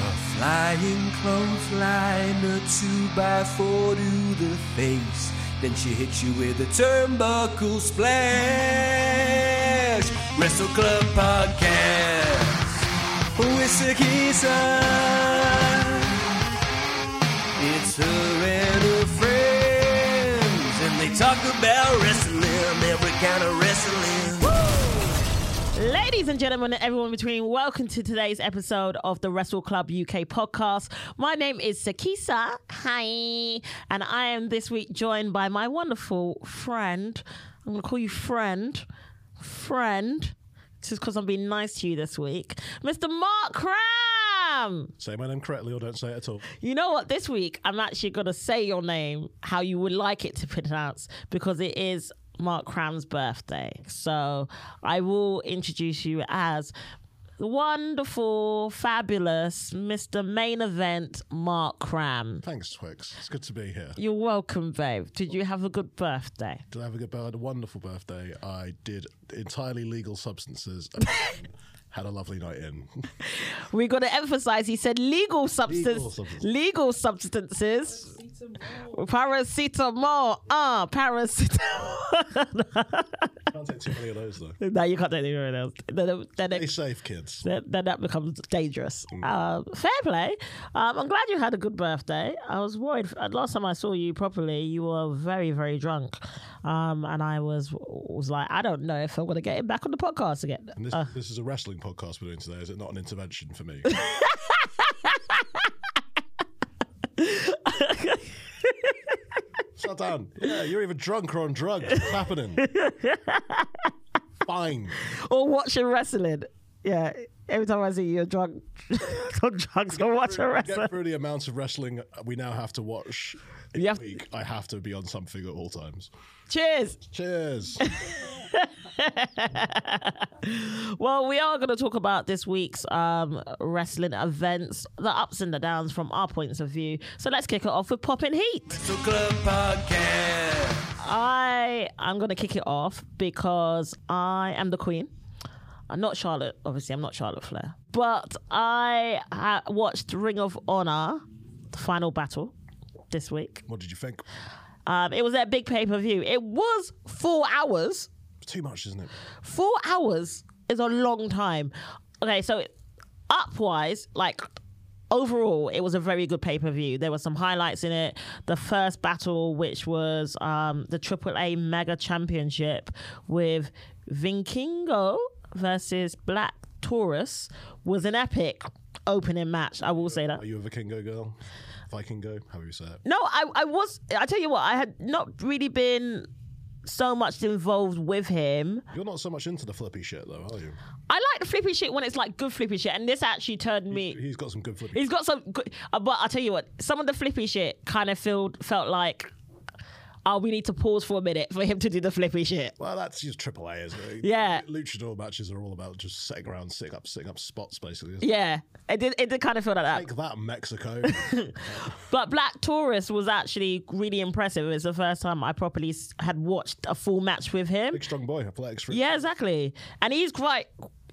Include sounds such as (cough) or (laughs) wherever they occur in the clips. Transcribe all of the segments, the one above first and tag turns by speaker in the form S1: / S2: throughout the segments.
S1: A flying clothesline, a two by four to the face. Then she hits you with a turnbuckle splash. Wrestle Club Podcast with Sakisa. It's her and her friends, and they talk about wrestling, every kind of wrestling.
S2: Ladies and gentlemen, and everyone between, welcome to today's episode of the Wrestle Club UK podcast. My name is Sakisa. Hi. And I am this week joined by my wonderful friend. I'm going to call you friend. Friend. Just because I'm being nice to you this week. Mr. Mark Cram.
S3: Say my name correctly or don't say it at all.
S2: You know what? This week, I'm actually going to say your name how you would like it to be pronounced because it is Mark Cram's birthday. So I will introduce you as the wonderful, fabulous Mr. Main Event Mark Cram.
S3: Thanks, Twix. It's good to be here.
S2: You're welcome, babe. Did you have a good birthday?
S3: Did I have a good birthday? I had a wonderful birthday. I did entirely legal substances. (laughs) Had a lovely night in.
S2: We got to emphasize. He said legal substance,
S3: substance.
S2: legal substances. Paracetamol, ah, paracetamol. (laughs)
S3: Can't take too many of those though.
S2: no, you can't do anything else. Then, then,
S3: Be
S2: it,
S3: safe, kids.
S2: then, then that becomes dangerous. Um, fair play. Um, I'm glad you had a good birthday. I was worried. uh, Last time I saw you properly, you were very, very drunk, um, and I was was like, I don't know if I'm going to get him back on the podcast again. (laughs)
S3: And this, this is a wrestling podcast we're doing today. Is it not an intervention for me? Shut down. Yeah, you're either drunk or on drugs. What's happening? Fine.
S2: or watching wrestling. Yeah, every time I see you, you're drunk, (laughs) on drugs or watching wrestling.
S3: Get through the amount of wrestling we now have to watch each
S2: You have-
S3: week. I have to be on something at all times.
S2: Cheers. (laughs)
S3: Cheers.
S2: Well, we are going to talk about this week's um, wrestling events, the ups and the downs from our points of view. So let's kick it off with Poppin' Heat.
S1: Wrestle Club Podcast.
S2: I am going to kick it off because I am the queen. I'm not Charlotte, obviously. I'm not Charlotte Flair, but I ha- watched Ring of Honor, the final battle, this week.
S3: what did you think?
S2: Um, it was their big pay per view. It was four hours.
S3: It's too much, isn't it?
S2: Four hours is a long time. Okay, so up wise, like overall, it was a very good pay per view. There were some highlights in it. The first battle, which was um, the AAA Mega Championship with Vinkingo versus Black Taurus, was an epic opening match. I will say that.
S3: Are you a Vikingo girl? Vikingo? How do you say it?
S2: No, I, I was. I tell you what, I had not really been so much involved with him.
S3: You're not so much into the flippy shit, though, are you?
S2: I like the flippy shit when it's like good flippy shit, and this actually turned me.
S3: He's got some good flippy.
S2: He's got some good, uh, but I tell you what, some of the flippy shit kind of felt felt like, oh, we need to pause for a minute for him to do the flippy shit.
S3: well, that's his triple A, isn't it?
S2: Yeah.
S3: Luchador matches are all about just sitting around, sitting up, sitting up spots, basically. isn't it?
S2: Yeah, it did. It did kind of feel like that.
S3: Like that,
S2: (laughs)
S3: Mexico.
S2: But Black Taurus was actually really impressive. It was the first time I properly s- had watched a full match with him.
S3: Big strong boy, athletics. for-
S2: Yeah, exactly. And he's quite.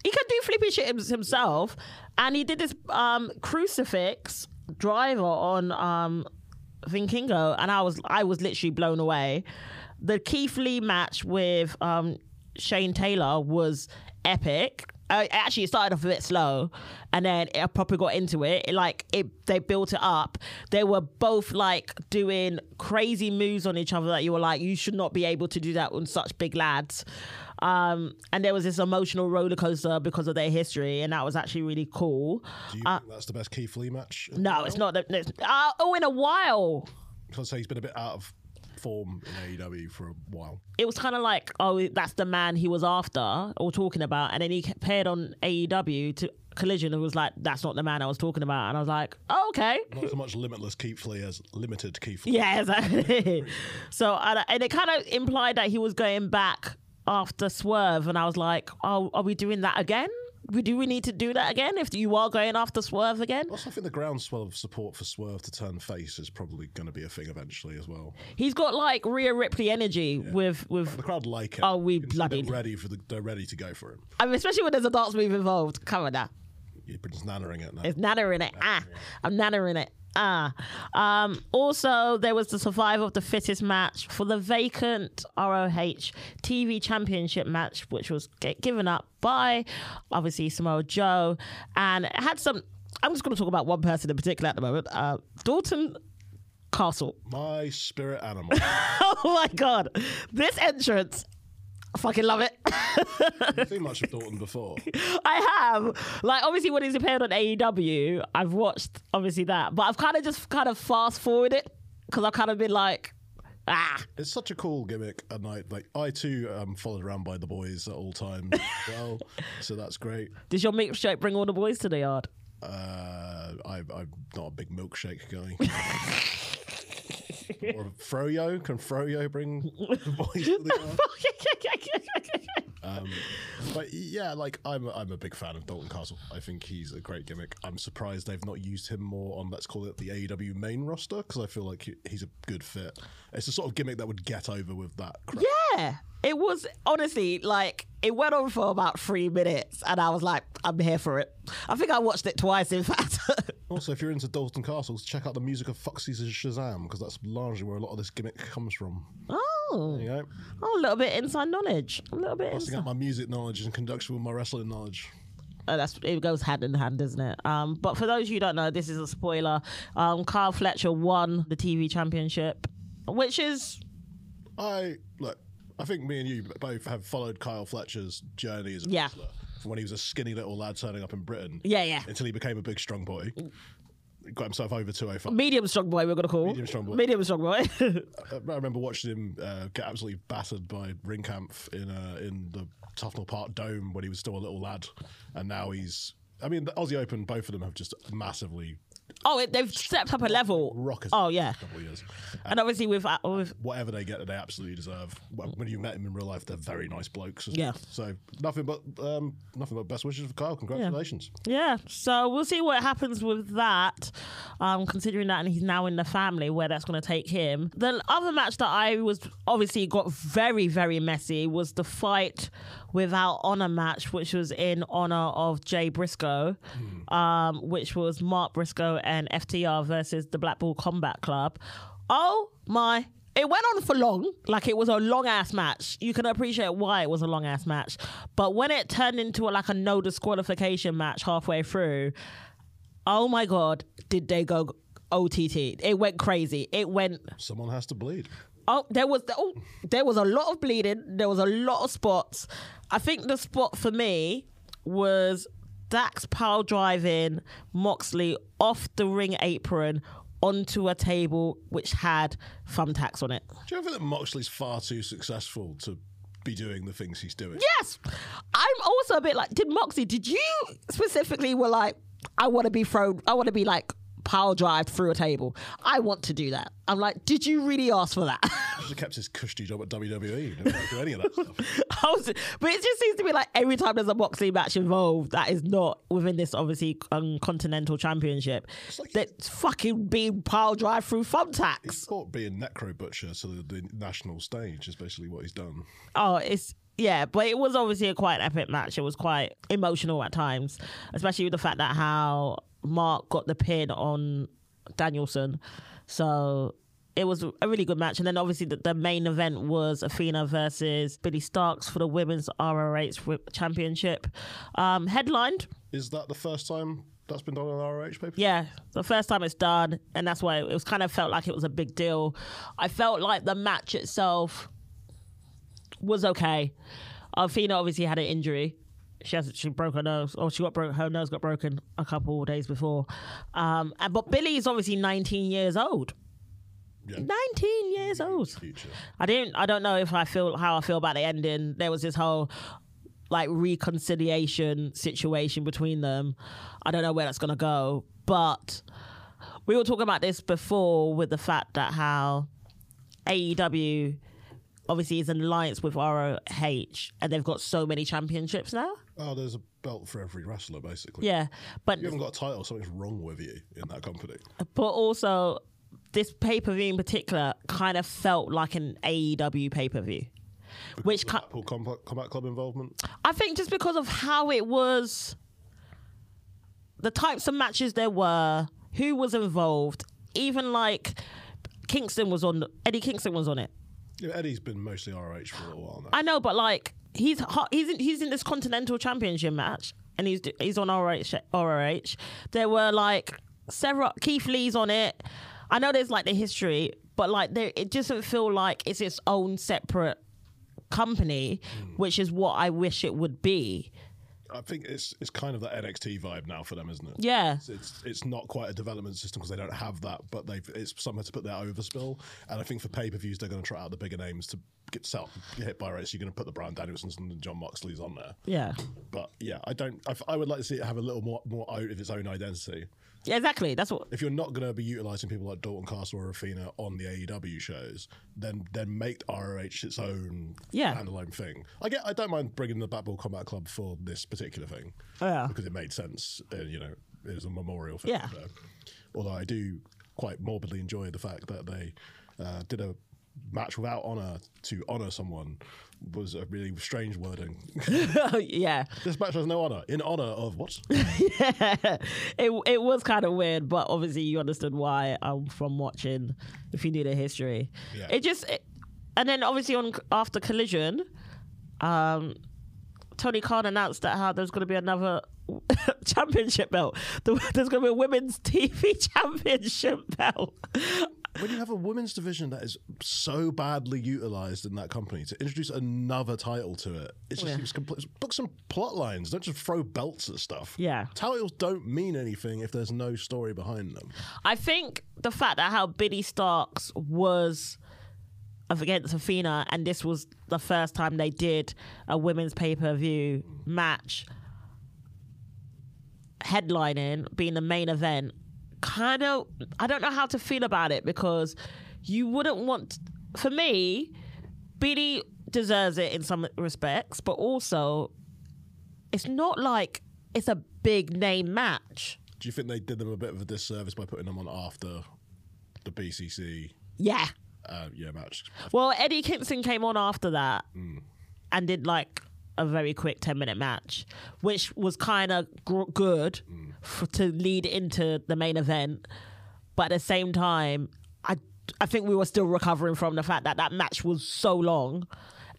S2: He can do flippy shit hims- himself, and he did this um, crucifix driver on um, Vinkingo, and I was I was literally blown away. The Keith Lee match with um, Shane Taylor was epic. Uh, actually, it started off a bit slow, and then it proper got into it. It, Like it, they built it up. They were both like doing crazy moves on each other that you were like, you should not be able to do that on such big lads. Um, and there was this emotional roller coaster because of their history, and that was actually really cool.
S3: Do you
S2: uh
S3: think that's the best Keith Lee match?
S2: No, it's not. that- it's- Uh, oh, in a while.
S3: Because he's been a bit out of form in AEW for a while.
S2: it was kind of like, oh, that's the man he was after or talking about. And then he appeared on AEW to Collision and was like, that's not the man I was talking about. And I was like, oh, okay. (laughs)
S3: Not so much limitless Keith Lee as limited Keith Lee.
S2: Yeah, exactly. so, (laughs) and, and it kind of implied that he was going back after Swerve. And I was like, oh, are we doing that again? We do we need to do that again if you are going after Swerve again?
S3: Also, I think the groundswell of support for Swerve to turn face is probably going to be a thing eventually as well.
S2: He's got like Rhea Ripley energy with with
S3: The crowd like it.
S2: oh we
S3: They're
S2: bloody
S3: ready for the. They're ready to go for him.
S2: I mean, especially when there's a dance move involved. Come on now.
S3: You've been nannering it now.
S2: It's nattering it. Ah, I'm nattering it. Ah. Um, also, there was the survival of the fittest match for the vacant ROH TV Championship match, which was g- given up by obviously Samoa Joe, and it had some. I'm just going to talk about one person in particular at the moment. Uh, Dalton Castle. (laughs)
S3: My spirit animal.
S2: Oh my god, this entrance. I fucking love it. (laughs)
S3: I've seen much of Dalton before.
S2: I have. Like, obviously, when he's appeared on AEW, I've watched obviously that, but I've kind of just kind of fast forwarded it because I've kind of been like, ah,
S3: It's such a cool gimmick, and I like. I too am followed around by the boys at all times. as well, so that's great.
S2: does your milkshake bring all the boys to the yard? (laughs)
S3: Uh, I, I'm not a big
S2: (laughs)
S3: milkshake guy. or froyo? Can froyo bring the boys to the yard? Um, But yeah, like I'm, I'm a big fan of Dalton Castle. I think he's a great gimmick. I'm surprised they've not used him more on let's call it the AEW main roster because I feel like he, he's a good fit. It's the sort of gimmick that would get over with that. Crap.
S2: yeah. It was honestly like it went on for about three minutes, and I was like, I'm here for it. I think I watched it twice, in fact. (laughs)
S3: Also, if you're into Dalton Castles, check out the music of Foxy's Shazam because that's largely where a lot of this gimmick comes from.
S2: oh,
S3: You know,
S2: oh, a little bit inside knowledge, a little bit.
S3: busting
S2: Inside.
S3: out my music knowledge in conjunction with my wrestling knowledge.
S2: Oh, that's it goes hand in hand, doesn't it? Um, but for those who don't know, this is a spoiler. Um, Carl Fletcher won the TV championship, which is
S3: I look. I think me and you both have followed Kyle Fletcher's journey as a
S2: Yeah.
S3: wrestler from when he was a skinny little lad turning up in Britain.
S2: Yeah, yeah.
S3: Until he became a big strong boy, got himself over 205.
S2: medium strong boy. We're gonna call
S3: Medium strong boy.
S2: Medium strong boy. (laughs)
S3: I I remember watching him uh, get absolutely battered by Ringkampf in uh, in the Tufnell Park Dome when he was still a little lad, and now he's. I mean, the Aussie Open, both of them have just massively
S2: oh, it, they've stepped up a level.
S3: rocketed.
S2: Oh yeah,
S3: a couple of years.
S2: and obviously with uh, with
S3: whatever they get, they absolutely deserve. Well, When you met him in real life, they're very nice blokes.
S2: Mm. Yeah.
S3: So nothing but um, nothing but best wishes for Kyle. Congratulations.
S2: yeah. So we'll see what happens with that. Um, considering that, and he's now in the family, where that's gonna take him. The other match that I was obviously got very very messy was the fight without honor match, which was in honor of Jay Briscoe. um, which was Mark Briscoe and FTR versus the Blackpool Combat Club. Oh my. It went on for long, like it was a long ass match. You can appreciate why it was a long ass match. But when it turned into a, like a no disqualification match halfway through, oh my God, did they go OTT? It went crazy. It went
S3: Someone has to bleed.
S2: Oh, there was oh, there was a lot of bleeding. There was a lot of spots. I think the spot for me was Dax pile driving Moxley off the ring apron onto a table which had thumbtacks on it.
S3: Do you ever think that Moxley's far too successful to be doing the things he's doing?
S2: Yes, I'm also a bit like, did Moxley? Did you specifically were like, I want to be thrown. I want to be like pile drive through a table. I want to do that. I'm like, did you really ask for that? (laughs)
S3: He should have kept his cushy job at WWE. He didn't have to do any of that
S2: (laughs)
S3: stuff.
S2: I was, but it just seems to be like every time there's a boxing match involved that is not within this obviously um, continental championship,
S3: like-
S2: that's fucking being pile drive through thumbtacks.
S3: Thought being necro butcher to the, the national stage is basically what he's done.
S2: Oh, it's yeah, but it was obviously a quite epic match. It was quite emotional at times, especially with the fact that how Mark got the pin on Danielson. So it was a really good match. And then obviously the, the main event was Athena versus Billy Starks for the women's ROH wi- championship, um, headlined.
S3: Is that the first time that's been done on ROH paper?
S2: Yeah, the first time it's done, and that's why it was kind of felt like it was a big deal. I felt like the match itself was okay. Athena obviously had an injury. She has she broke her nose, or she got broke. Her nose got broken a couple of days before. Um, and, but Billy is obviously 19 years old.
S3: Yeah.
S2: 19 years old.
S3: Future.
S2: I didn't. I don't know if I feel how I feel about the ending. There was this whole like reconciliation situation between them. I don't know where that's gonna go, but we were talking about this before with the fact that how AEW obviously is an alliance with ROH and they've got so many championships now.
S3: Oh, there's a belt for every wrestler, basically.
S2: Yeah, but
S3: You haven't got a title, something's wrong with you in that company.
S2: but also this pay per view in particular kind of felt like an AEW pay per view, which kind.
S3: Blackpool Combat, Combat Club involvement.
S2: I think just because of how it was the types of matches there were, who was involved, even like Kingston was on Eddie Kingston was on it.
S3: Yeah, Eddie's been mostly ROH for a little while now.
S2: I know, but like he's ho- he's in, he's in this Continental Championship match, and he's he's on ROH. ROH. There were like several Keith Lee's on it. I know there's like the history, but like there, it just doesn't feel like it's its own separate company, which is what I wish it would be.
S3: I think it's it's kind of that NXT vibe now for them, isn't it?
S2: Yeah.
S3: It's it's, it's not quite a development system because they don't have that, but they've it's somewhere to put their overspill. And I think for pay per views, they're going to try out the bigger names to get set up, get hit by rates. You're going to put the Brian Danielsons and the John Moxley's on there.
S2: Yeah.
S3: But yeah, I don't. I, I would like to see it have a little more more out of its own identity.
S2: Yeah, exactly. That's what. (laughs)
S3: If you're not going to be utilizing people like Dalton Castle or Athena on the AEW shows, then then make ROH its own
S2: Yeah.
S3: standalone thing. I get. I don't mind bringing the Batball Combat Club for this particular thing
S2: Oh, Yeah.
S3: because it made sense. Uh, you know, it was a memorial thing.
S2: Yeah.
S3: So. Although I do quite morbidly enjoy the fact that they uh, did a match without honor to honor someone was a really strange wording. (laughs)
S2: yeah. (laughs)
S3: this match has no honor. In honor of what?
S2: it it was kind of weird, but obviously you understood why um, from watching if you knew the history.
S3: Yeah.
S2: It just it, and then obviously on after Collision, um, Tony Khan announced that how there's going to be another (laughs) championship belt. The- There's going to be a women's TV (laughs) championship belt.
S3: when you have a women's division that is so badly utilized in that company to introduce another title to it, it just
S2: Yeah.
S3: seems complete. Book some plot lines. Don't just throw belts at stuff.
S2: Yeah.
S3: Titles don't mean anything if there's no story behind them.
S2: I think the fact that how Biddy Starks was up against Athena, and this was the first time they did a women's pay per view match, headlining being the main event, kind of I don't know how to feel about it because you wouldn't want for me, Biddy deserves it in some respects, but also it's not like it's a big name match.
S3: Do you think they did them a bit of a disservice by putting them on after the BCC
S2: Yeah.
S3: uh, yeah match?
S2: Well, Eddie Kingston came on after that and did like a very quick 10 minute match, which was kind of gr- good for, to lead into the main event. But at the same time, I, I think we were still recovering from the fact that that match was so long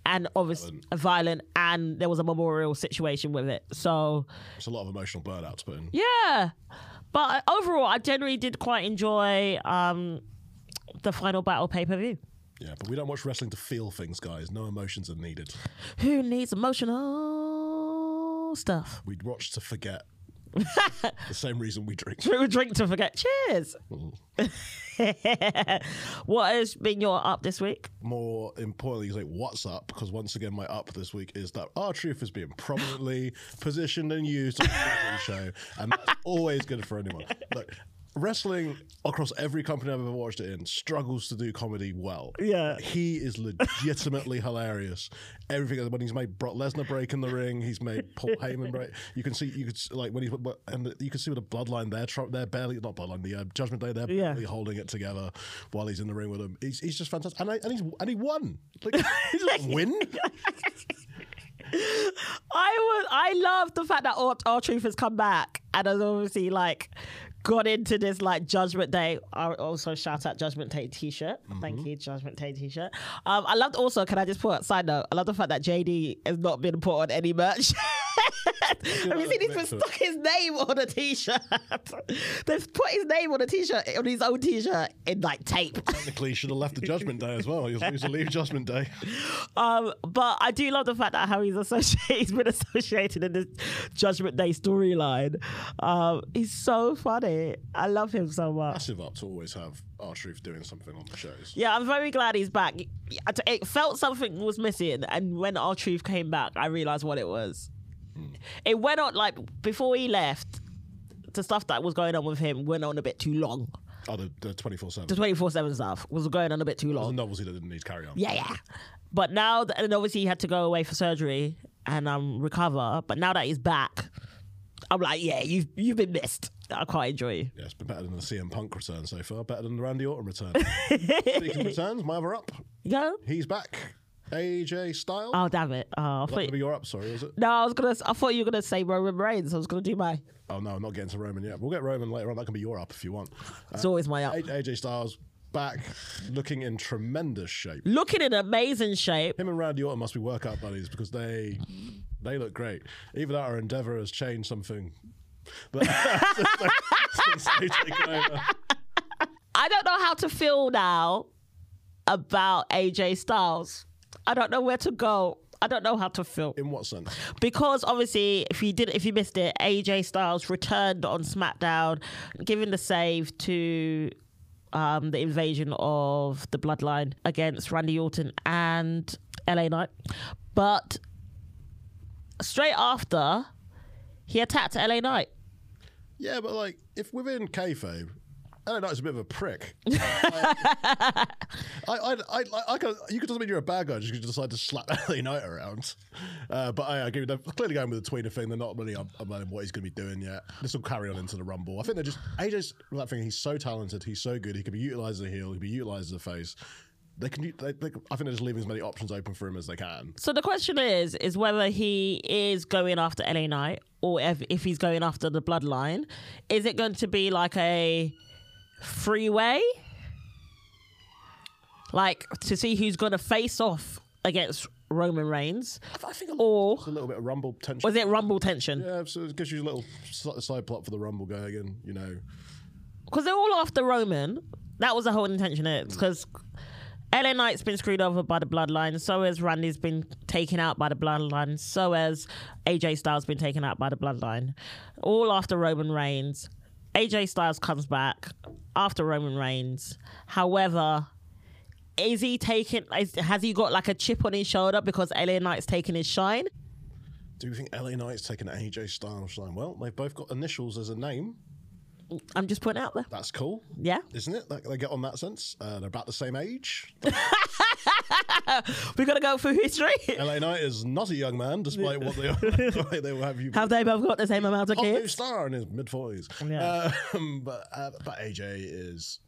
S2: and obviously violent, and there was a memorial situation with it. So,
S3: It's a lot of emotional burnout to put in.
S2: yeah. But uh, overall, I generally did quite enjoy um, the final battle pay per view.
S3: Yeah, but we don't watch wrestling to feel things, guys. No emotions are needed.
S2: Who needs emotional stuff?
S3: We watch
S2: (laughs)
S3: to forget. the same reason we drink.
S2: Drink, drink to forget. Cheers. (laughs) what has been your up this week?
S3: more importantly, he's like, "What's up?" Because once again, my up this week is that our truth is being prominently positioned and used on the wrestling show, and that's always good for anyone. Look, wrestling across every company I've ever watched it in struggles to do comedy well.
S2: Yeah.
S3: he is legitimately (laughs) hilarious. Everything when he's made Brock Lesnar break in the ring, he's made
S2: (laughs)
S3: Paul Heyman break. You can see, you could s- like when he's and you can see with the bloodline there, tr- they're barely not bloodline, the uh, Judgment Day, they're
S2: Yeah.
S3: barely holding it together while he's in the ring with him. He's, he's just fantastic, and, I, and he's and he won.
S2: (laughs)
S3: Like, he didn't win.
S2: I was I love the fact that our, our truth has come back and has obviously like got into this like Judgment Day. I also shout out Judgment Day T-shirt. Thank you, Judgment Day T-shirt. Um, I loved also. Can I just put side note? I love the fact that JD has not been put on any merch. (laughs) Have you seen he's been
S3: Mix it.
S2: stuck his name on a T-shirt? (laughs) They've put his name on a T-shirt on his own T-shirt in like tape. (laughs)
S3: Technically, he should have left the Judgment Day as well. He was supposed to leave
S2: (laughs)
S3: Judgment Day.
S2: Um, but I do love the fact that how he's associated, (laughs) he's been associated in this Judgment Day storyline. Um, he's so funny. I love him so much.
S3: Massive up to always have our truth doing something on the shows.
S2: Yeah, I'm very glad he's back. It- It felt something was missing, and when our truth came back, I realized what it was. It went on like before he left. The stuff that was going on with him went on a bit too long.
S3: Oh, the- the twenty four
S2: The
S3: seven. Oh,
S2: 24 7 stuff was going on a bit too long.
S3: The novelty that didn't need to carry on.
S2: yeah, yeah. But now, th- and obviously he had to go away for surgery and um recover. But now that he's back, I'm like, yeah, you've you've been missed. I quite enjoy you.
S3: Yeah, it's been better than the CM Punk
S2: (laughs)
S3: return so far. Better than the Randy Orton return. Speaking of returns, my other up.
S2: You go.
S3: He's back. AJ Styles.
S2: Oh damn it! Oh, I
S3: That's
S2: thought,
S3: gonna be your up. Sorry, is it?
S2: no, I was gonna. I thought you were gonna say Roman Reigns. I was gonna do my.
S3: Oh no, I'm not getting to Roman yet. We'll get Roman later on. That can be your up if you want. Uh,
S2: It's always my up.
S3: A- AJ Styles back, looking in tremendous shape.
S2: Looking in amazing shape.
S3: Him and Randy Orton must be workout buddies because they they look great. Either that or Endeavor has changed something. But (laughs) since they- since they taken over.
S2: I don't know how to feel now about AJ Styles. I don't know where to go. I don't know how to feel.
S3: In what sense?
S2: because obviously if you did if you missed it AJ Styles returned on SmackDown giving the save to um, the invasion of the bloodline against Randy Orton and LA Knight but straight after he attacked LA Knight
S3: Yeah, but like if within kayfabe, I don't know, it's a bit of a (laughs) prick. I, I, I, I, I could, you could doesn't mean you're a bad guy. Just 'cause you decide to slap (laughs) LA Knight around. Uh, but I agree. They're clearly going with the tweener thing. They're not really uploading what he's going to be doing yet. This will carry on into the Rumble. I think they're just AJ's that thing. He's so talented. He's so good. He could be utilized as a heel. He could be utilized as a face. They can. u- They, they, I think they're just leaving as many options open for him as they can.
S2: so the question is is whether he is going after LA Knight or if, if he's going after the bloodline is it going to be like a freeway like to see who's going to face off against Roman Reigns
S3: I think a,
S2: or
S3: it's a little bit of Rumble tension.
S2: was it rumble tension
S3: Yeah, so it gives you a little sli- side plot for the Rumble going again. You know,
S2: because they're all after Roman that was the whole intention it's because LA Knight's been screwed over by the bloodline so has Randy's been taken out by the bloodline so has AJ Styles been taken out by the bloodline all after Roman Reigns AJ Styles comes back after Roman Reigns however is he taking is, has he got like a chip on his shoulder because LA Knight's taking his shine
S3: Do you think LA Knight's taking AJ Styles' shine? Well, they've both got initials as a name.
S2: I'm just putting it out there
S3: That's cool.
S2: yeah
S3: Isn't it? Like, they get on that sense. Uh, they're about the same age.
S2: we gotta go through history
S3: LA Knight is not a young man, despite what they (laughs) are. they will have you.
S2: (laughs) Have they both got the same amount of
S3: Hot new
S2: kids?
S3: star in his mid forties.
S2: Yeah.
S3: Um, (laughs) but uh, but AJ is.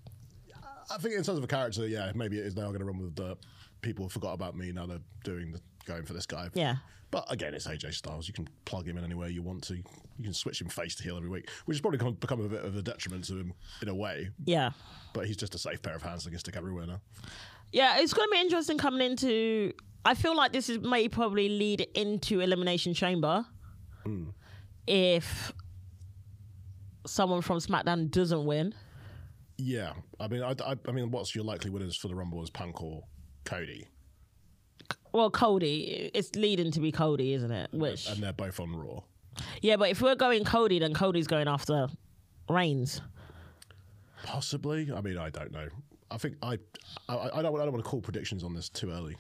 S3: I think in terms of a character, yeah, maybe it is now going to run with the people forgot about me. Now they're doing the going for this guy.
S2: Yeah.
S3: But again, it's AJ Styles. You can plug him in anywhere you want to. You can switch him face to heel every week, which has probably come, become a bit of a detriment to him in a way.
S2: Yeah.
S3: But he's just a safe pair of hands that can stick everywhere now.
S2: Yeah, it's going to be interesting coming into. I feel like this is may probably lead into Elimination Chamber if someone from SmackDown doesn't win.
S3: Yeah, I mean, I, I, I mean, what's your likely winners for the Rumble is Punk or Cody,
S2: Well, Cody, it's leading to be Cody, isn't it? Which,
S3: and they're both on Raw.
S2: yeah, but if we're going Cody, then Cody's going after Reigns.
S3: Possibly. I mean, I don't know. I think I, I, I don't, I don't want to call predictions on this too early.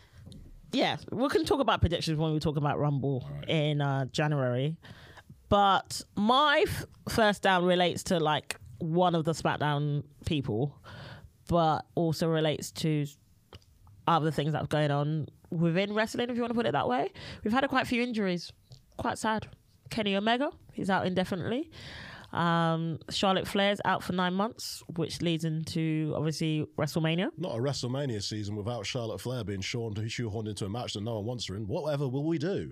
S2: yeah, we can talk about predictions when we talk about Rumble in uh, January. But my f- first down relates to like one of the SmackDown people, but also relates to other things that's going on within wrestling, if you want to put it that way. We've had a quite few injuries. Quite sad. Kenny Omega, he's out indefinitely. Um, Charlotte Flair's out for nine months, which leads into obviously WrestleMania.
S3: Not a WrestleMania season without Charlotte Flair being shown to shoehorned into a match that no one wants her in. Whatever will we do?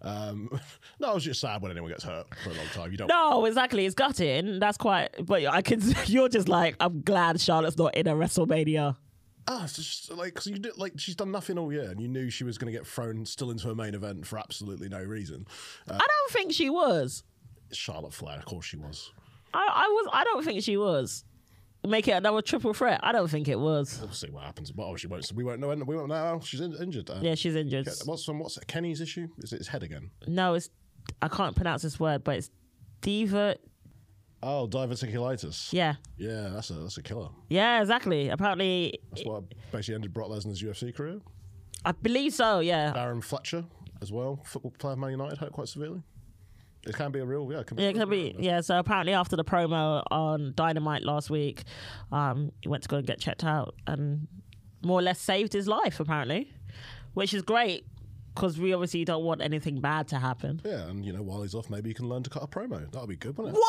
S3: um, (laughs) no, it's just sad when anyone gets hurt for a long time. You don't.
S2: No, exactly. It's gutting. That's quite. But I can. (laughs) You're just like, I'm glad Charlotte's not in a WrestleMania.
S3: Ah, it's just like because you did, like she's done nothing all year, and you knew she was going to get thrown still into a main event for absolutely no reason. Uh,
S2: I don't think she was.
S3: Charlotte Flair, of course she was.
S2: I, I was. I don't think she was. Make it another triple threat. I don't think it was.
S3: We'll see what happens. But oh, she won't. We won't know. We won't know. how She's in, injured. Uh,
S2: Yeah, she's injured.
S3: What's from what's Kenny's issue? Is it his head again?
S2: No, it's. I can't pronounce this word, but it's diva.
S3: Oh, diverticulitis.
S2: Yeah,
S3: Yeah, that's a that's a killer.
S2: yeah, exactly. Apparently,
S3: That's what basically ended Brock Lesnar's UFC career.
S2: I believe so. Yeah,
S3: Baron Fletcher as well, football player of Man United hurt quite severely. It can be a real yeah. It can be
S2: Yeah, it could be. Yeah, so apparently after the promo on Dynamite last week, um, he went to go and get checked out and more or less saved his life, apparently, which is great because we obviously don't want anything bad to happen.
S3: Yeah, and you know while he's off, maybe he can learn to cut a promo. That'll be good, wouldn't it?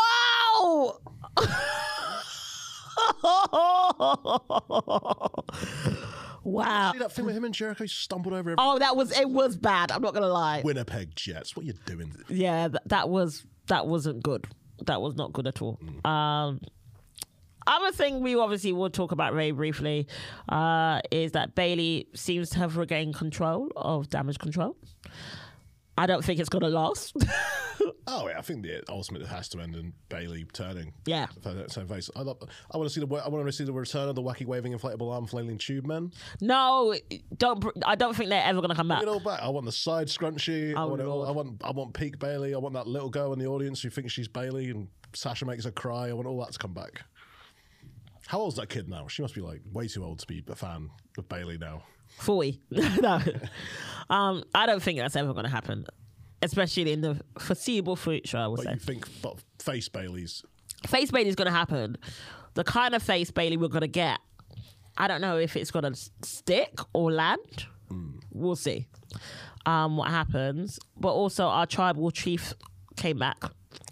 S2: Wow! (laughs) Wow.
S3: See that thing with him and Jericho stumbled over every
S2: Oh, that was it was bad. I'm not gonna lie.
S3: Winnipeg Jets. What are you doing?
S2: Yeah, th- that was that wasn't good. That was not good at all.
S3: Mm.
S2: Um, other thing we obviously will talk about very briefly uh, is that Bailey seems to have regained control of damage control. I don't think it's gonna last. (laughs)
S3: Oh yeah, I think the ultimate has to end in Bailey turning.
S2: Yeah.
S3: For that same face. I love, I want to see the I want to see the return of the wacky waving inflatable arm flailing tube men.
S2: no, don't. br- I don't think they're ever gonna come back.
S3: Get all back. I want the side scrunchie. I
S2: Oh,
S3: want it all.
S2: Lord.
S3: I want I want peak Bailey. I want that little girl in the audience who thinks she's Bailey and Sasha makes her cry. I want all that to come back. How old's that kid now? She must be like way too old to be a fan of Bailey now.
S2: Fully, (laughs) no. Um, I don't think that's ever gonna happen, especially in the foreseeable future. I would
S3: But
S2: say.
S3: you think but face Bailey's
S2: face Bailey is going to happen. The kind of face Bailey we're going to get, I don't know if it's going to stick or land.
S3: Hmm.
S2: We'll see um, what happens. But also, our tribal chief came back.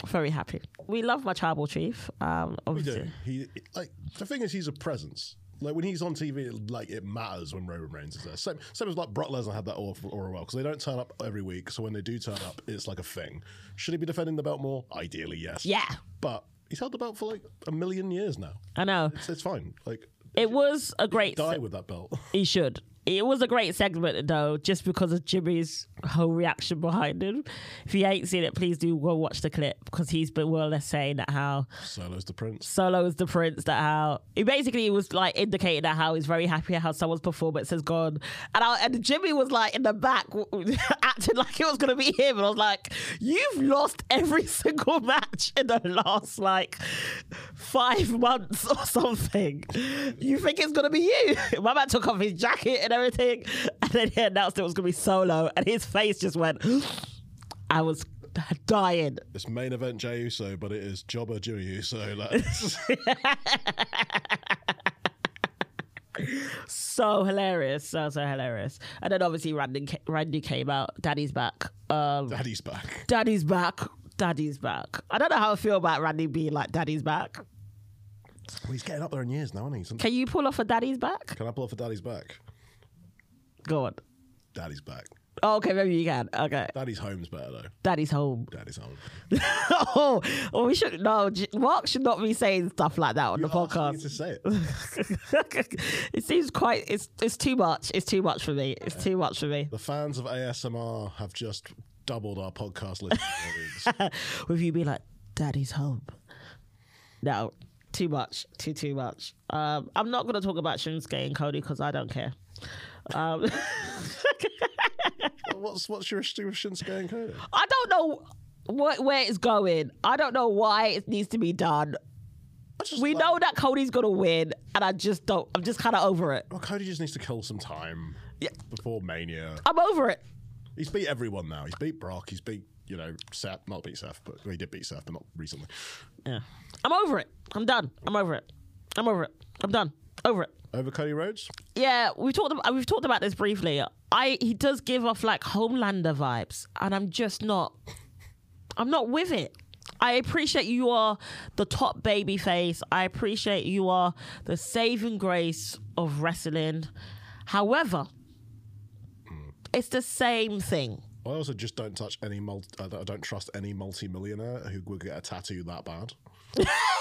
S2: Very happy. We love my tribal chief. Um,
S3: We
S2: obviously.
S3: do. He like the thing is he's a presence. Like when he's on TV, it- like it matters when Roman Reigns is there. Same, same as like Brock Lesnar had that awful aura well because they don't turn up every week. So when they do turn up, it's like a thing. Should he be defending the belt more? Ideally, yes.
S2: Yeah,
S3: But he's held the belt for like a million years now.
S2: I know.
S3: It's, it's fine. Like
S2: It was a great.
S3: die with that belt.
S2: He should. It was a great segment though, just because of Jimmy's whole reaction behind him. If you ain't seen it, please do go watch the clip because he's been well less saying that how
S3: Solo's the prince.
S2: Solo is the prince that how he basically was like indicating that how he's very happy at how someone's performance has gone, and I, and Jimmy was like in the back (laughs) acting like it was gonna be him, and I was like, you've lost every (laughs) single match in the last like five months or something. You think it's gonna be you? (laughs) My man took off his jacket and everything, and then he announced it was gonna be Solo, and his face just went. I was dying.
S3: It's main event Jey Uso, but it is Jobber Jimmy Uso.
S2: (laughs)
S3: Like,
S2: so hilarious, so so hilarious. And then obviously Randy ca- Randy came out. Daddy's back. Um,
S3: Daddy's back.
S2: Daddy's back. Daddy's back. I don't know how I feel about Randy being like Daddy's back.
S3: Well, he's getting up there in years now, isn't he?
S2: Can you pull off a Daddy's back?
S3: Can I pull for Daddy's back?
S2: Go on.
S3: Daddy's back.
S2: Oh, okay, maybe you can. Okay,
S3: Daddy's home's better though.
S2: Daddy's home. (laughs)
S3: Daddy's home.
S2: oh, well, we should no. J- Mark should not be saying stuff like that on the
S3: asked me
S2: podcast.
S3: to say it.
S2: (laughs) it seems quite. It's it's too much. It's too much for me. It's too much for me.
S3: The fans of ASMR have just doubled our podcast listening (laughs) audience.
S2: (laughs) with you being like, "Daddy's home." No, too much, too too much. Um, I'm not gonna talk about Shinsuke and Cody because I don't care. Um, (laughs)
S3: What's what's your issue with Shinsuke and Cody?
S2: I don't know what where it's going. I don't know why it needs to be done.
S3: I just
S2: We
S3: like-
S2: know that Cody's gonna win, and I just don't. I'm just kind of over it.
S3: Well, Cody just needs to kill some time before Mania.
S2: I'm over it.
S3: He's beat everyone now. He's beat Brock. He's beat you know Seth. Not beat Seth, but well, he did beat Seth, but not recently.
S2: Yeah, I'm over it. I'm done. I'm over it. I'm over it. I'm done. Over it.
S3: Over Cody Rhodes.
S2: yeah, we talked about we've talked about this briefly. I he does give off like Homelander vibes, and I'm just not. I'm not with it. I appreciate you are the top baby face. I appreciate you are the saving grace of wrestling. However, it's the same thing. (laughs)
S3: I also just don't touch any multi. I don't I don't trust any multi-millionaire who would get a tattoo that bad.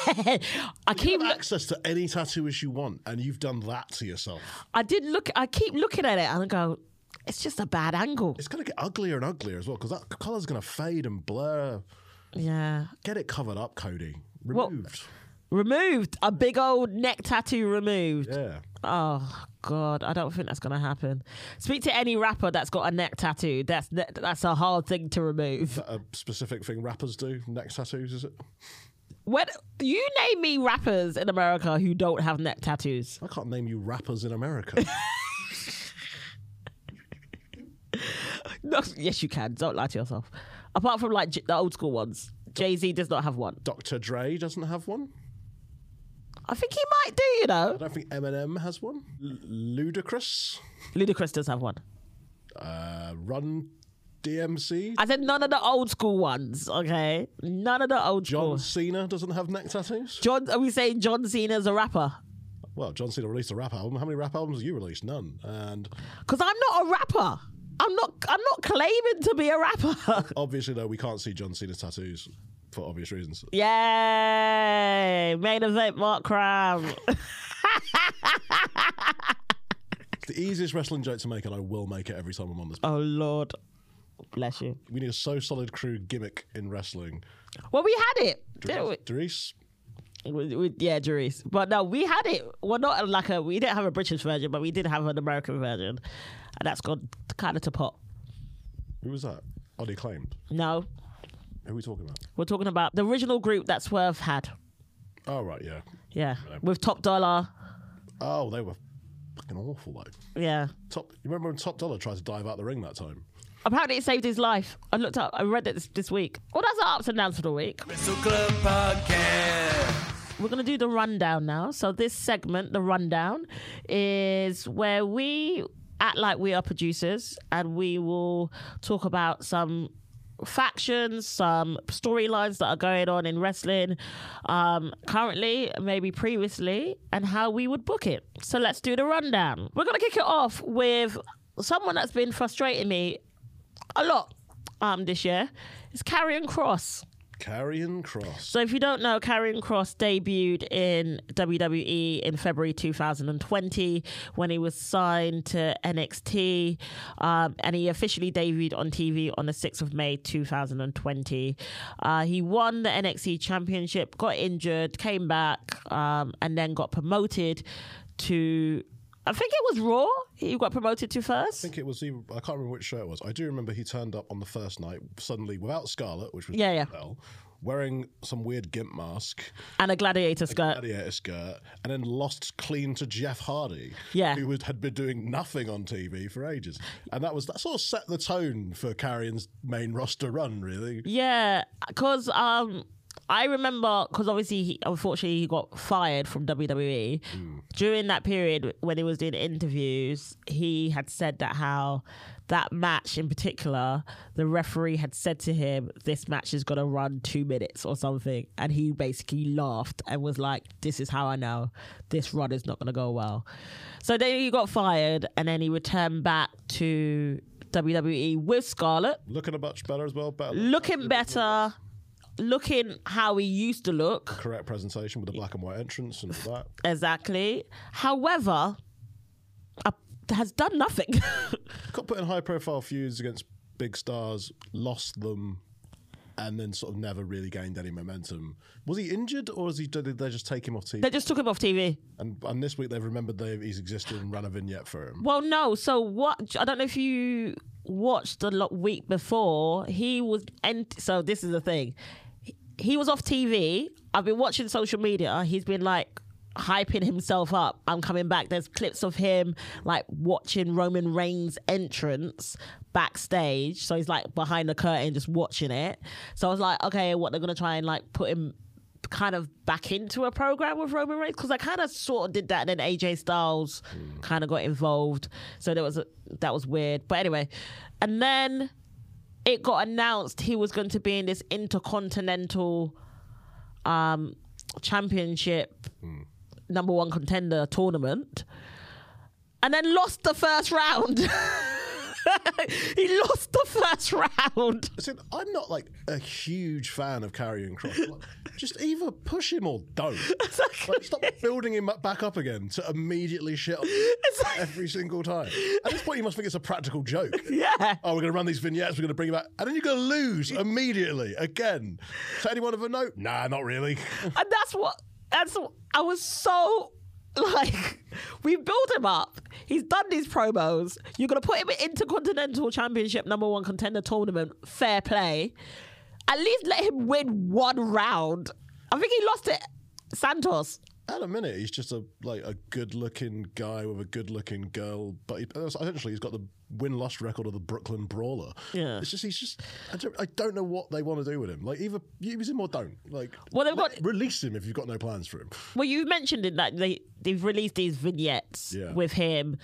S2: I keep look,
S3: Access to any tattoo as you want, and you've done that to yourself.
S2: I did look I keep looking at it and I go, it's just a bad angle.
S3: It's gonna get uglier and uglier as well because that color's gonna fade and blur.
S2: Yeah.
S3: Get it covered up, Cody.
S2: Well-
S3: Removed.
S2: Removed. A big old neck tattoo removed.
S3: yeah.
S2: Oh God, I don't think that's gonna happen. Speak to any rapper that's got a neck tattoo. That's that's a hard thing to remove.
S3: A specific thing rappers do, neck tattoos, is it?
S2: When you name me rappers in America who don't have neck tattoos, (laughs)
S3: I can't name you rappers in America. (laughs)
S2: no, yes you can. Don't lie to yourself. Apart from like J- the old school ones, Jay Z does not have one.
S3: Dr. Dre doesn't have one.
S2: I think he might do. You know,
S3: I don't think Eminem has one. L- Ludacris.
S2: Ludacris does have one.
S3: Uh, Run DMC.
S2: I said none of the old school ones. Okay, none of the old
S3: John
S2: school.
S3: Cena doesn't have neck tattoos.
S2: John, are we saying John Cena's a rapper?
S3: well, John Cena released a rap album. How many rap albums have you released? None. And
S2: Because I'm not a rapper. I'm not. I'm not claiming to be a rapper. (laughs)
S3: obviously, though, we can't see John Cena's tattoos for obvious reasons.
S2: Yay! Main event, Mark Cram.
S3: It's the easiest wrestling joke to make, and I will make it every time I'm on this.
S2: (laughs) Oh Lord, bless you.
S3: We need a so solid crew gimmick in wrestling.
S2: Well, we had it, didn't we?
S3: Dries,
S2: With, with, yeah, Jerise. But no, we had it. Well, not like a. We didn't have a British version, but we did have an American version, and that's gone kind of to pot.
S3: who was that? Oddly claimed.
S2: No,
S3: Who are we talking about?
S2: we're talking about the original group that Swerve had.
S3: Oh right, yeah.
S2: Yeah, with Top Dollar.
S3: Oh, they were fucking awful though.
S2: Yeah.
S3: Top, you remember when Top Dollar tried to dive out the ring that time?
S2: Apparently, it saved his life. I looked up. I read it this, this week. Well, that's our ups and downs for the week.
S1: Wrestle Club Podcast.
S2: We're going to do the rundown now. So, this segment, the rundown, is where we act like we are producers and we will talk about some factions, some storylines that are going on in wrestling um, currently, maybe previously, and how we would book it. So, let's do the rundown. We're going to kick it off with someone that's been frustrating me a lot um, this year. It's Carrion Cross.
S3: Carrion Cross.
S2: So if you don't know, Karrion Cross debuted in WWE in February 2020 when he was signed to NXT, um, and he officially debuted on TV on the 6th of May 2020. Uh, he won the NXT Championship, got injured, came back, um, and then got promoted to. I think it was Raw. He got promoted to first.
S3: I think it was even, I can't remember which show it was. I do remember he turned up on the first night suddenly without Scarlet, which was
S2: Yeah, yeah.
S3: Well, wearing some weird gimp mask,
S2: and a gladiator skirt.
S3: gladiator skirt, and then lost clean to Jeff Hardy,
S2: Yeah.
S3: who was, had been doing nothing on TV for ages, and that was that sort of set the tone for Carrion's main roster run, really.
S2: Yeah, because um, I remember because obviously he, unfortunately he got fired from WWE during that period when he was doing interviews. He had said that how that match in particular, the referee had said to him, "This match is gonna run two minutes or something," and he basically laughed and was like, "This is how I know this run is not gonna go well." So then he got fired, and then he returned back to WWE with Scarlett
S3: Looking a much better as well, better
S2: looking better, looking how he used to look.
S3: correct presentation with the black and white entrance and all that.
S2: Exactly. However, uh, has done nothing. (laughs)
S3: Got put in high profile feuds against big stars, lost them, and then sort of never really gained any momentum. Was he injured, or is he, did they just take him off TV?
S2: they just took him off TV.
S3: and, and this week they've remembered they he's existed and ran a vignette for him.
S2: Well, no. So what? I don't know if you watched the lo- week before. He was, and so this is the thing. He- He was off TV. I've been watching social media. He's been like hyping himself up. I'm coming back. There's clips of him like watching Roman Reigns' entrance backstage. So he's like behind the curtain just watching it. So I was like, okay, what they're gonna try and like put him kind of back into a program with Roman Reigns because I kind of sort of did that, and then AJ Styles kind of got involved, so there was a, that was weird. But anyway, and then it got announced he was going to be in this intercontinental um, championship number one contender tournament, and then lost the first round. (laughs) he lost the first round. (laughs)
S3: I said, I'm not like a huge fan of Carrion Cross. Like, just either push him or don't. Like, stop building him up back up again to immediately shit on him every single time. At this point, you must think it's a practical joke.
S2: Yeah.
S3: (laughs) Oh, we're going to run these vignettes. We're going to bring him back, and then you're going to lose immediately again. So anyone of a note? Nah, not really.
S2: and that's what that's what- I was so like we built him up. He's done these promos. You're gonna put him in Intercontinental Championship number one contender tournament. Fair play. At least let him win one round. I think he lost it. Santos.
S3: (laughs) At a minute, he's just a like a good-looking guy with a good-looking girl, but he, uh, essentially he's got the win-loss record of the Brooklyn Brawler.
S2: Yeah.
S3: it's just he's just I don't, I don't know what they want to do with him. Like either use him or don't. Like
S2: Well, they've
S3: let-
S2: got-
S3: release him if you've got no plans for him.
S2: Well, you mentioned it that they they've released these vignettes
S3: Yeah.
S2: with him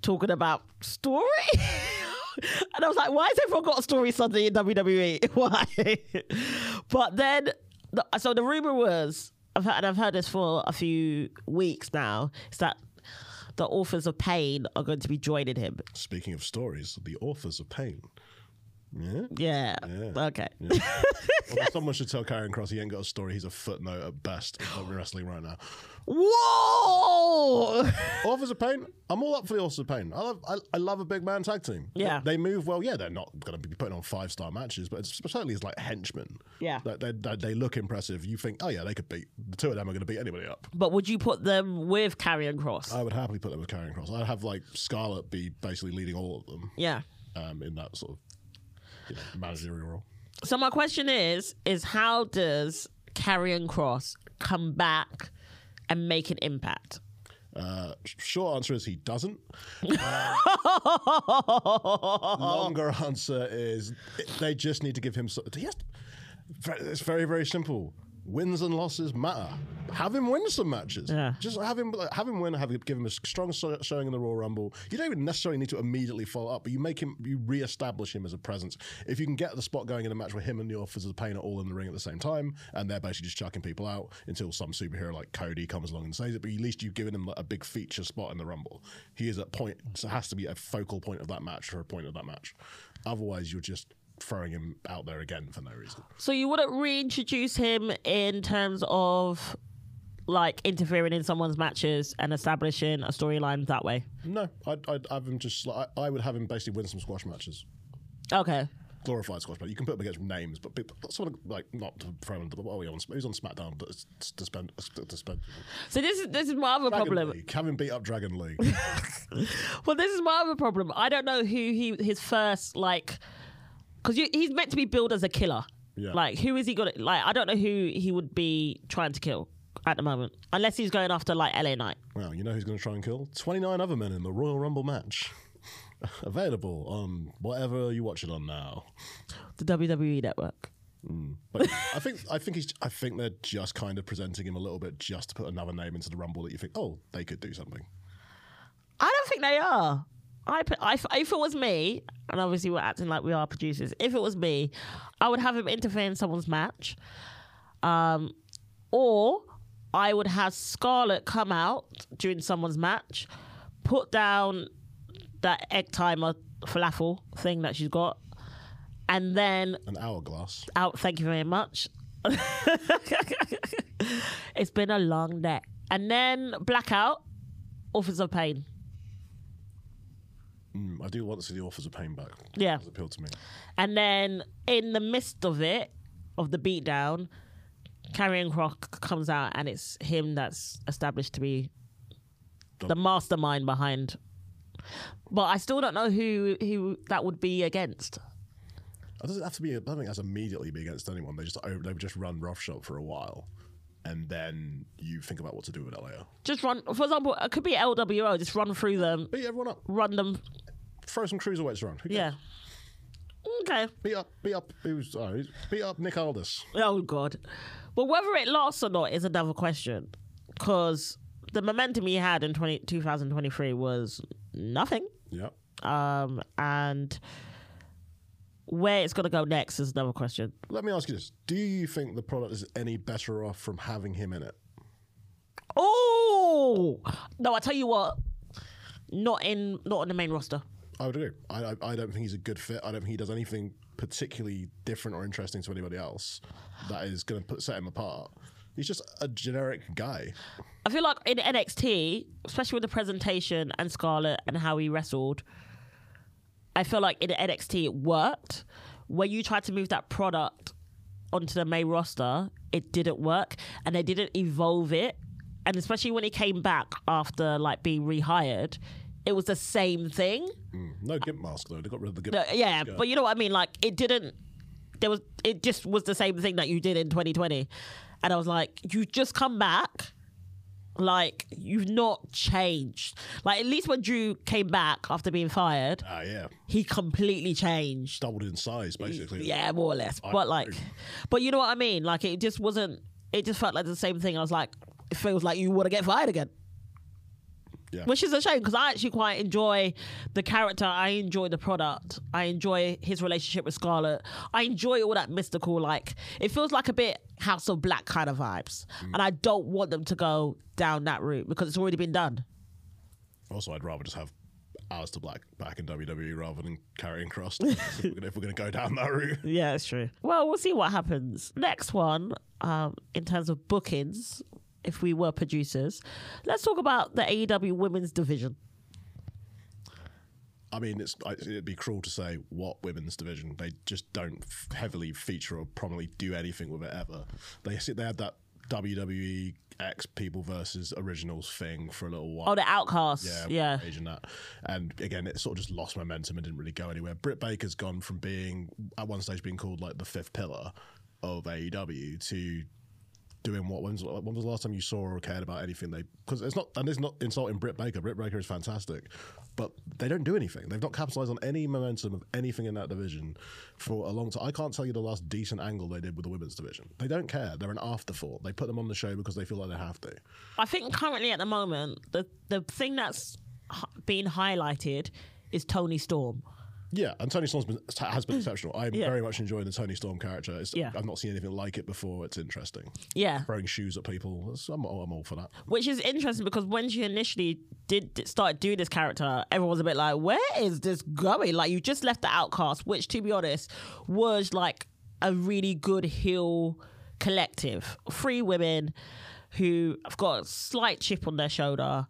S2: talking about story. (laughs) and I was like, why has everyone got a story E? (laughs) suddenly in WWE? Why? but then, the, so the rumor was I've heard, and I've heard this for a few weeks now. Is that the authors of Pain are going to be joining him?
S3: Speaking of stories, the authors of pain. Yeah.
S2: Yeah.
S3: Yeah.
S2: Okay.
S3: Well, someone should tell Karen Cross he ain't got a story. He's a footnote at best in wrestling right now.
S2: (laughs) Whoa! (laughs)
S3: Authors of Pain. I'm all up for the Authors of Pain. I love. I, I love a big man tag team.
S2: Yeah.
S3: They, they move well. Yeah, they're not going to be putting on five star matches, but it's, certainly as like henchmen.
S2: Yeah.
S3: Like, they, they, they look impressive. You think, oh yeah, they could beat the two of them are going to beat anybody up.
S2: but would you put them with Carrion Cross?
S3: I would happily put them with Karen Cross. I'd have like Scarlett be basically leading all of them
S2: yeah.
S3: um, in that sort of you know, managerial role.
S2: So my question is: is how does Carrion Cross come back and make an impact?
S3: Uh, sh- short answer is
S2: (laughs)
S3: he doesn't. Um, longer answer is they just need to give him. So- he has to- it's very very simple. Wins and losses matter. Have him win some matches.
S2: Yeah.
S3: Just have him like, have him win. Have him, give him a strong so- showing in the Royal Rumble. You don't even necessarily need to immediately follow up, but you make him you re-establish him as a presence. If you can get the spot going in a match where him and the Authors of Pain are all in the ring at the same time, and they're basically just chucking people out until some superhero like Cody comes along and saves it, but at least you've given him like, a big feature spot in the Rumble. He is at point, so has to be a focal point of that match for a point of that match. Otherwise, you're just throwing him out there again for no reason.
S2: So you wouldn't reintroduce him in terms of like interfering in someone's matches and establishing a storyline that way.
S3: No, I'd, I'd have him just. Like, I I would have him basically win some squash matches,
S2: Okay.
S3: glorified squash matches. You can put him against names, but people, someone like not to throw him. Oh, yeah, on, he's on SmackDown, but it's, it's dispen- it's dispensable.
S2: So this is this is my other
S3: Dragon
S2: problem.
S3: League. Have him beat up
S2: (laughs)
S3: Dragon League.
S2: Well, this is my other problem. I don't know who he his first like because he's meant to be billed as a killer.
S3: Yeah.
S2: Like who is he gonna like? I don't know who he would be trying to kill at the moment, unless he's going after like LA Knight.
S3: well, you know who's going to try and kill twenty nine other men in the Royal Rumble match. (laughs) Available on whatever you watch it on now.
S2: the WWE network.
S3: But I think I think he's I think they're just kind of presenting him a little bit just to put another name into the Rumble that you think oh they could do something.
S2: I don't think they are. I, put- I, if it was me, and obviously we're acting like we are producers, if it was me, I would have him interfere in someone's match. Um, or I would have Scarlett come out during someone's match, put down that egg timer falafel thing that she's got, and then
S3: An hourglass.
S2: out. Thank you very much. (laughs) it's been a long day. And then blackout, Authors of Pain.
S3: Mm, I do want to see the authors of pain back.
S2: Yeah.
S3: It's appealed to me.
S2: And then in the midst of it, of the beatdown, Carrion Croc comes out and it's him that's established to be the mastermind behind. But I still don't know who who that would be against.
S3: It doesn't have to be. I don't think that's immediately be against anyone. They just over- they just run roughshod for a while, and then you think about what to do with it later.
S2: Just run, for example, it could be LWO. Just run through them,
S3: Beat everyone up.
S2: run them.
S3: Throw some cruiserweights around. Who cares?
S2: Yeah. Okay.
S3: Beat up. Beat up. Who's? Oh, he's- beat up Nick Aldis.
S2: Oh God! But whether it lasts or not is another question, because the momentum he had in 20, 2023 was nothing,
S3: Yeah.
S2: um, and where it's gonna go next is another question.
S3: Let me ask you this: Do you think the product is any better off from having him in it?
S2: Oh no! I tell you what, not in not on the main roster.
S3: I would agree. I, I, I don't think he's a good fit. I don't think he does anything particularly different or interesting to anybody else that is going to put set him apart. He's just a generic guy.
S2: I feel like in NXT, especially with the presentation and Scarlett and how he wrestled, I feel like in NXT it worked. When you tried to move that product onto the main roster, it didn't work and they didn't evolve it. And especially when he came back after like being rehired, it was the same thing.
S3: No gimp mask though. They got rid of the gimp.
S2: No, yeah, but you know what I mean. Like it didn't. There was. It just was the same thing that you did in 2020, and I was like, you just come back. Like you've not changed. Like at least when Drew came back after being fired,
S3: Ah, yeah.
S2: he completely changed.
S3: Doubled in size basically.
S2: Yeah, more or less. But like, but you know what I mean. Like it just wasn't. It just felt like the same thing. I was like, it feels like you want to get fired again.
S3: Yeah.
S2: Which is a shame because I actually quite enjoy the character. I enjoy the product. I enjoy his relationship with Scarlett. I enjoy all that mystical, like, it feels like a bit House of Black kind of vibes.
S3: Mm.
S2: And I don't want them to go down that route because it's already been done.
S3: Also, I'd rather just have Alistair Black back in WWE rather than carrying Cross (laughs) if we're going to go down that route.
S2: Yeah, it's true. Well, we'll see what happens. Next one, um, in terms of bookings, if we were producers, let's talk about the AEW women's division.
S3: I mean, it's I- it'd be cruel to say what women's division. They just don't f- heavily feature or prominently do anything with it ever. They sit- they had that WWE X people versus originals thing for a little while.
S2: Oh, the Outcasts.
S3: Yeah,
S2: yeah.
S3: Paige and that. And again, it sort of just lost momentum and didn't really go anywhere. Britt Baker's gone from being at one stage being called like the fifth pillar of AEW to doing what? When's, when was the last time you saw or cared about anything? They because it's not and it's not insulting Britt Baker. Britt Baker is fantastic, but they don't do anything. They've not capitalized on any momentum of anything in that division for a long time. I can't tell you the last decent angle they did with the women's division. They don't care. They're an afterthought. They put them on the show because they feel like they have to.
S2: I think currently at the moment, the the thing that's h- being highlighted is Tony Storm.
S3: Yeah, and Tony Storm's been, has been exceptional. I'm
S2: Mm. Yeah.
S3: very much enjoying the Tony Storm character. It's,
S2: Yeah.
S3: I've not seen anything like it before. It's interesting.
S2: Yeah,
S3: Throwing shoes at people. That's- I'm, I'm all for that.
S2: which is interesting because when she initially did did start doing this character, everyone was a bit like, "Where is this going?" Like you just left the Outcast, which, to be honest, was like a really good heel collective, three women who have got a slight chip on their shoulder,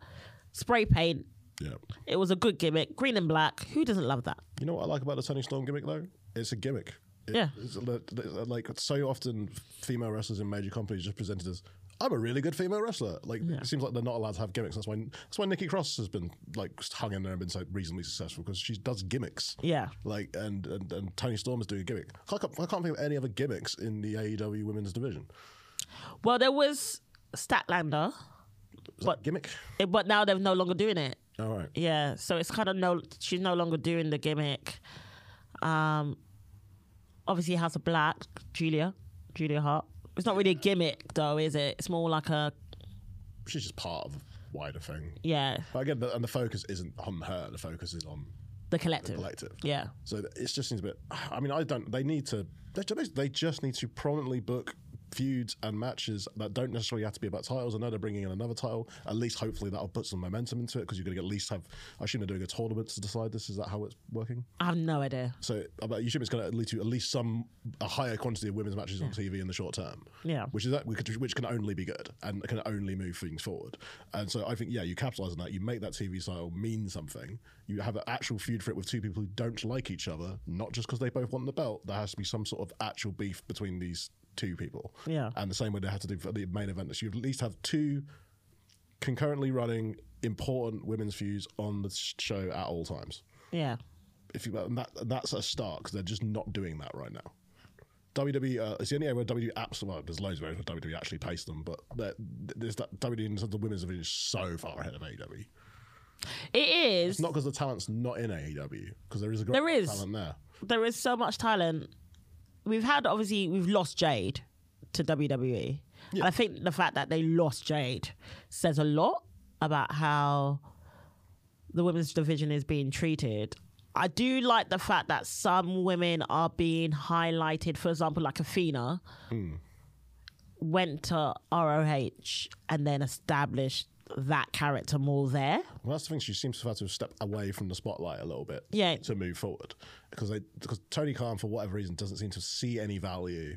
S2: spray paint.
S3: Yeah.
S2: It was a good gimmick, green and black. Who doesn't love that?
S3: You know what I like about the Tony Storm gimmick though? It's a gimmick. It-
S2: Yeah.
S3: It's li- li- like so often, female wrestlers in major companies just presented as. I'm a really good female wrestler. Like it seems like they're not allowed to have gimmicks. That's why that's why Nikki Cross has been like hung in there and been so reasonably successful because she does gimmicks.
S2: Yeah.
S3: Like and and, and Tony Storm is doing a gimmick. I can't, I can't think of any other gimmicks in the AEW women's division.
S2: Well, there was Statlander.
S3: Is that gimmick?
S2: It- but now they're no longer doing it.
S3: All right.
S2: Yeah, so it's kind of no. She's no longer doing the gimmick. Um, obviously House of Black, Julia, Julia Hart. It's not really a gimmick though, is it? It's more like a
S3: She's just part of a wider thing.
S2: yeah,
S3: But again, the, and the focus isn't on her. The focus is on
S2: the collective.
S3: collective.
S2: Yeah,
S3: So th- it just seems a bit. I mean, I don't. They need to. They, ju- they just need to prominently book feuds and matches that don't necessarily have to be about titles. I know they're bringing in another title. At least, hopefully, that'll put some momentum into it because you're going to at least have. I assume they're doing a tournament to decide this. Is that how it's working?
S2: I have no idea.
S3: So I bet you assume it's going to lead to at least some a higher quantity of women's matches on TV in the short term.
S2: Yeah.
S3: which is that which can only be good and can only move things forward. And so I think yeah, you capitalize on that. You make that TV title mean something. You have an actual feud for it with two people who don't like each other, not just because they both want the belt. There has to be some sort of actual beef between these two people.
S2: Yeah.
S3: and the same way they had to do for the main event. So you at least have two concurrently running important women's feuds on the sh- show at all times
S2: Yeah,
S3: if you and that that's a start 'cause they're just not doing that right now. WWE, uh, it's the only area where WWE apps, well, there's loads of areas where WWE actually pays them, but they're- there's that WWE in terms of the women's division is so far ahead of AEW.
S2: it is.
S3: E. It's not because the talent's not in E AEW, because there is a great
S2: There is.
S3: talent there.
S2: there is so much talent. We've had obviously we've lost Jade to WWE, and I think the fact that they lost Jade says a lot about how the women's division is being treated. I do like the fact that some women are being highlighted. For example, like Athena went to ROH and then established that character more there.
S3: Well, that's the thing. She seems to have had to step away from the spotlight a little bit,
S2: Yeah.
S3: to move forward because they because Tony Khan for whatever reason doesn't seem to see any value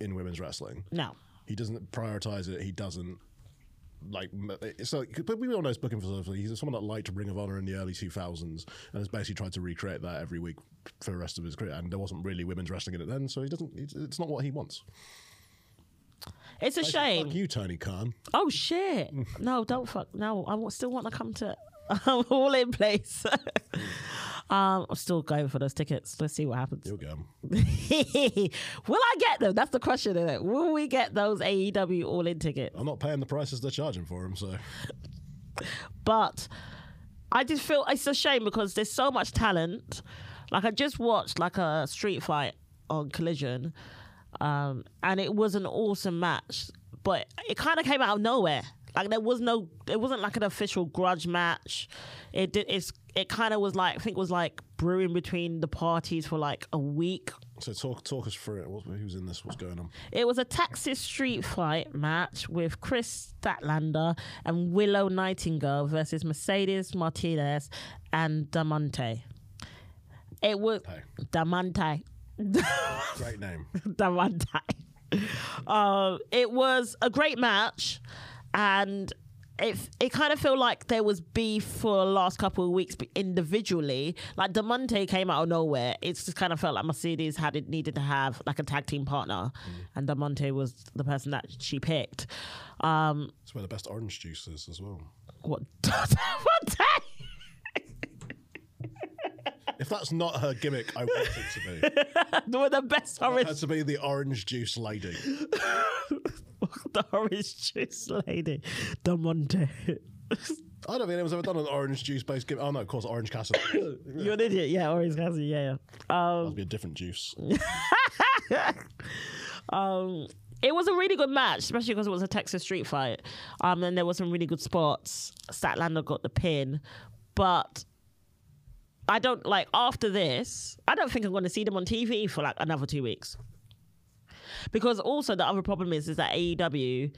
S3: in women's wrestling.
S2: No,
S3: He doesn't prioritize it. He doesn't like. m- It's like, but we all know it's booking for something. He's someone that liked Ring of Honor in the early two thousands and has basically tried to recreate that every week for the rest of his career. And there wasn't really women's wrestling in it then, so he doesn't. It's, it's not what he wants.
S2: it's a shame.
S3: Fuck you, Tony Khan.
S2: Oh shit! No, don't fuck. No, I wa- still want to come to (laughs) I'm all in place. (laughs) um, I'm still going for those tickets. Let's see what happens.
S3: You'll get him.
S2: (laughs) Will I get them? That's the question, isn't it? Will we get those AEW all in tickets?
S3: I'm not paying the prices they're charging for him, so
S2: But I just feel it's a shame because there's so much talent. Like I just watched like a street fight on Collision, um, and it was an awesome match, but it kind of came out of nowhere. Like there was no, it wasn't like an official grudge match. It did. It's it kind of was like I think it was like brewing between the parties for like a week.
S3: So talk talk us through it. What, who's in this? What's going on?
S2: It was a Texas street fight match with Chris Statlander and Willow Nightingale versus Mercedes Martinez and Damante. It was
S3: Hey.
S2: (laughs) Damante.
S3: Great name.
S2: Damante. Um, it was a great match, and it it kind of felt like there was beef for the last couple of weeks but individually. Like Damante came out of nowhere. It's just kind of felt like Mercedes had it needed to have like a tag team partner, and Damante was the person that she picked. Um,
S3: It's where the best orange juice is as well.
S2: what (laughs) Damante? (laughs)
S3: If that's not her gimmick, I want it to be.
S2: Were the best
S3: It
S2: orange
S3: had to be the orange juice lady.
S2: (laughs) the orange juice lady, Damante.
S3: I don't think anyone's ever done an orange juice based gimmick. Oh no, of course, orange castle. (coughs) That'd
S2: You're an idiot, yeah. Orange Cassidy, yeah. yeah. Um,
S3: be a different juice.
S2: um, it was a really good match, especially because it was a Texas street fight. Um, and there were some really good spots. Statlander got the pin, but I don't like after this. I don't think I'm going to see them on TV for like another two weeks. Because also the other problem is is that AEW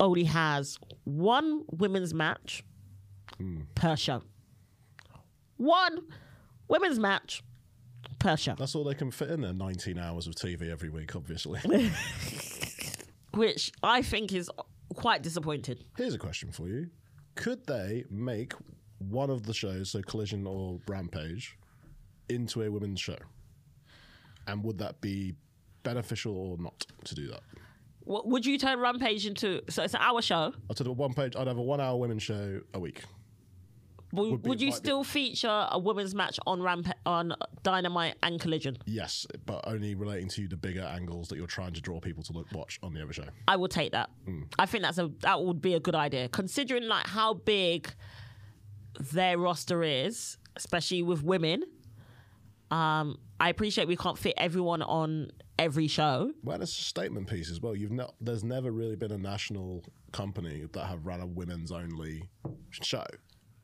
S2: only has one women's match per show. One women's match per show.
S3: That's all they can fit in there. 19 hours of TV every week, obviously.
S2: which I think is quite disappointing.
S3: Here's a question for you Could they make one of the shows, so Collision or Rampage, into a women's show? And would that be beneficial or not to do that?
S2: W- would you turn Rampage into so it's an hour show?
S3: I'd have a one page, I'd have a one hour women's show a week.
S2: Would, would,
S3: be-
S2: you
S3: might be.
S2: still feature a women's match on Ramp on Dynamite and Collision?
S3: Yes, but only relating to the bigger angles that you're trying to draw people to look watch on the other show.
S2: I would take that. I think that's a that would be a good idea considering like how big their roster is, especially with women. Um, I appreciate we can't fit everyone on every show.
S3: Well, it's a statement piece as well. You've not, there's never really been a national company that have run a women's only show,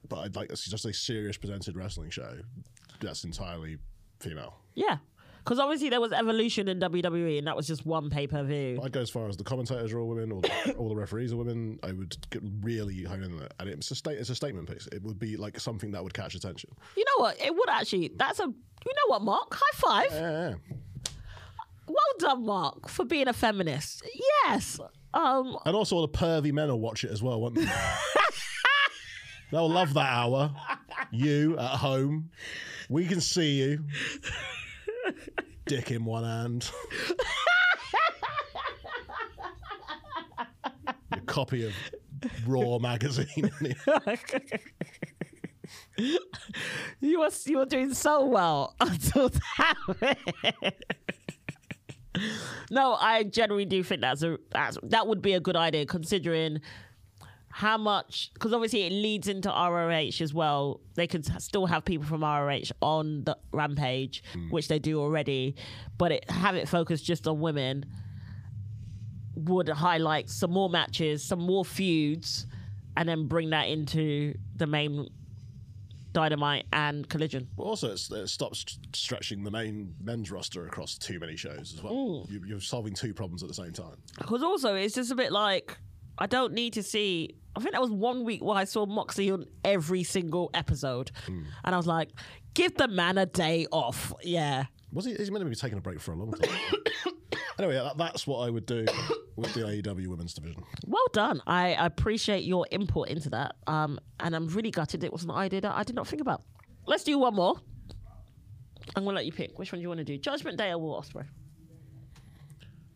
S3: but I'd like it's just a serious presented wrestling show that's entirely female.
S2: Yeah. Because obviously there was evolution in WWE, and that was just one pay per view.
S3: I'd go as far as the commentators are all women, all the, (coughs) all the referees are women. I would get really hone in on it, and it's a state, it's a statement piece. It would be like something that would catch attention.
S2: You know what? It would actually. That's a. You know what, Mark? High five.
S3: Yeah,
S2: Well done, Mark, for being a feminist. Yes. Um.
S3: and also all the pervy men will watch it as well, won't they? They'll love that hour. You at home, we can see you. Dick in one hand. Your copy of Raw magazine. (laughs) in the-
S2: You were you were doing so well (laughs) until that. no, I generally do think that's a that's, that would be a good idea considering how much because obviously it leads into ROH as well. They could s- still have people from ROH on the Rampage, which they do already, but it have it focused just on women would highlight some more matches, some more feuds, and then bring that into the main Dynamite and Collision.
S3: But also, it's, it stops st- stretching the main men's roster across too many shows as well. You, you're solving two problems at the same time.
S2: Because also, it's just a bit like I don't need to see. I think that was one week where I saw Moxley on every single episode, and I was like, "Give the man a day off." Yeah,
S3: Was he? He's meant to be taking a break for a long time. (coughs) anyway, that, that's what I would do with the AEW women's division.
S2: well done. I appreciate your input into that, um, and I'm really gutted it was an idea that I did not think about. Let's do one more. I'm gonna let you pick which one do you want to do: Judgment Day or Will Osprey.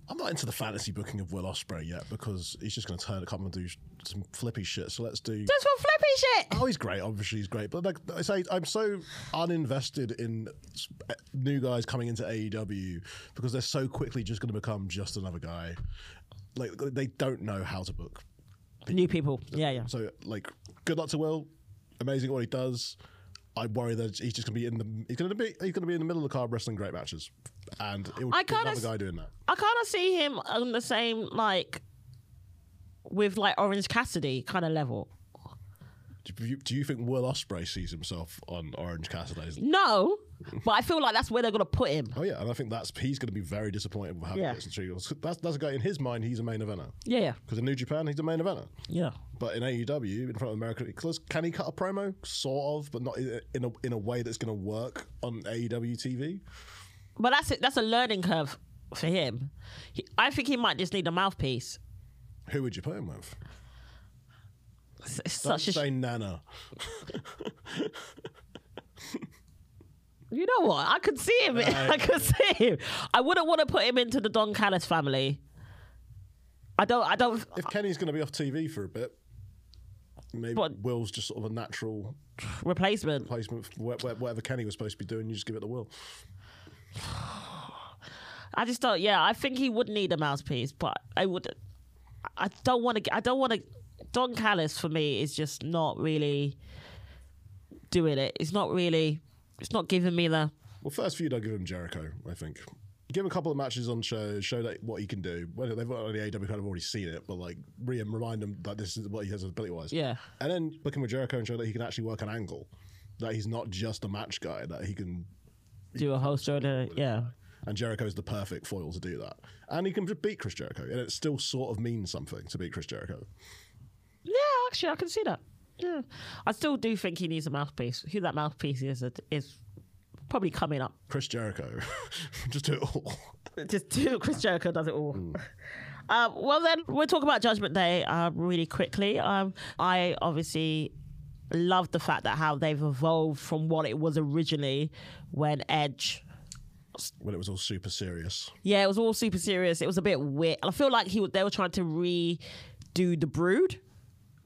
S3: I'm not into the fantasy booking of Will Osprey yet because he's just going to turn a couple and do sh- some flippy shit. So let's do.
S2: That's for flippy shit.
S3: Oh, he's great. Obviously, he's great. But like I say, I'm so uninvested in s- eh, new guys coming into AEW because they're so quickly just going to become just another guy. Like they don't know how to book.
S2: New people. Yeah, yeah.
S3: So like, good luck to Will. Amazing what he does. I worry that he's just going to be in the. He's going to be. He's going to be in the middle of the card wrestling great matches, and it would
S2: I
S3: be
S2: kinda
S3: another
S2: s-
S3: guy doing that.
S2: I kind of see him on the same like with like Orange Cassidy kind of level.
S3: Do you, do you think Will Osprey sees himself on Orange Cassidy's?
S2: No, but I feel like that's where they're gonna put him.
S3: Oh yeah, and I think that's he's going to be very disappointed with how
S2: Yeah.
S3: yeah. gets treated. That's that's a guy in his mind. He's a main eventer
S2: Yeah, yeah,
S3: because in New Japan he's a main eventer,
S2: yeah.
S3: but in AEW in front of America, because can he cut a promo? Sort of, but not in a- in a in a way that's going to work on E AEW TV.
S2: But that's it. That's a learning curve for him. He, I think he might just need a mouthpiece.
S3: Who would you put him with?
S2: It's, it's
S3: Don't
S2: such a sh-
S3: say Nana.
S2: you know what? I could see him. (laughs) I could see him. I wouldn't want to put him into the Don Callis family. I don't. I don't. (sighs)
S3: If Kenny's going to be off TV for a bit, maybe
S2: But-
S3: Will's just sort of a natural
S2: Replacement.
S3: placement for wh- wh- whatever Kenny was supposed to be doing. You just give it to Will.
S2: I just don't. Yeah, I think he would need a mouthpiece, but I would. I don't want to. I don't want to. Don Callis for me is just not really doing it. It's not really. It's not giving me the.
S3: Well, first few, I'll give him Jericho. I think give him a couple of matches on shows, show that what he can do. Well, they've already AEW E kind of already seen it, but like re remind him that this is what he has ability wise.
S2: Yeah.
S3: and then book him with Jericho and show that he can actually work an angle, that he's not just a match guy, that he can.
S2: Do a host or a, yeah.
S3: And Jericho is the perfect foil to do that, and he can just beat Chris Jericho, and it still sort of means something to beat Chris Jericho.
S2: Yeah, actually, I can see that. Yeah, I still do think he needs a mouthpiece. Who that mouthpiece is is probably coming up.
S3: Chris Jericho, (laughs) just do it all.
S2: Just (laughs) do Chris Jericho does it all. (laughs) Um, well, then we'll talk about Judgment Day um, really quickly. Um, I obviously love the fact that how they've evolved from what it was originally when Edge.
S3: When it was all super serious,
S2: Yeah, it was all super serious. It was a bit weird. I feel like he w- they were trying to redo the Brood,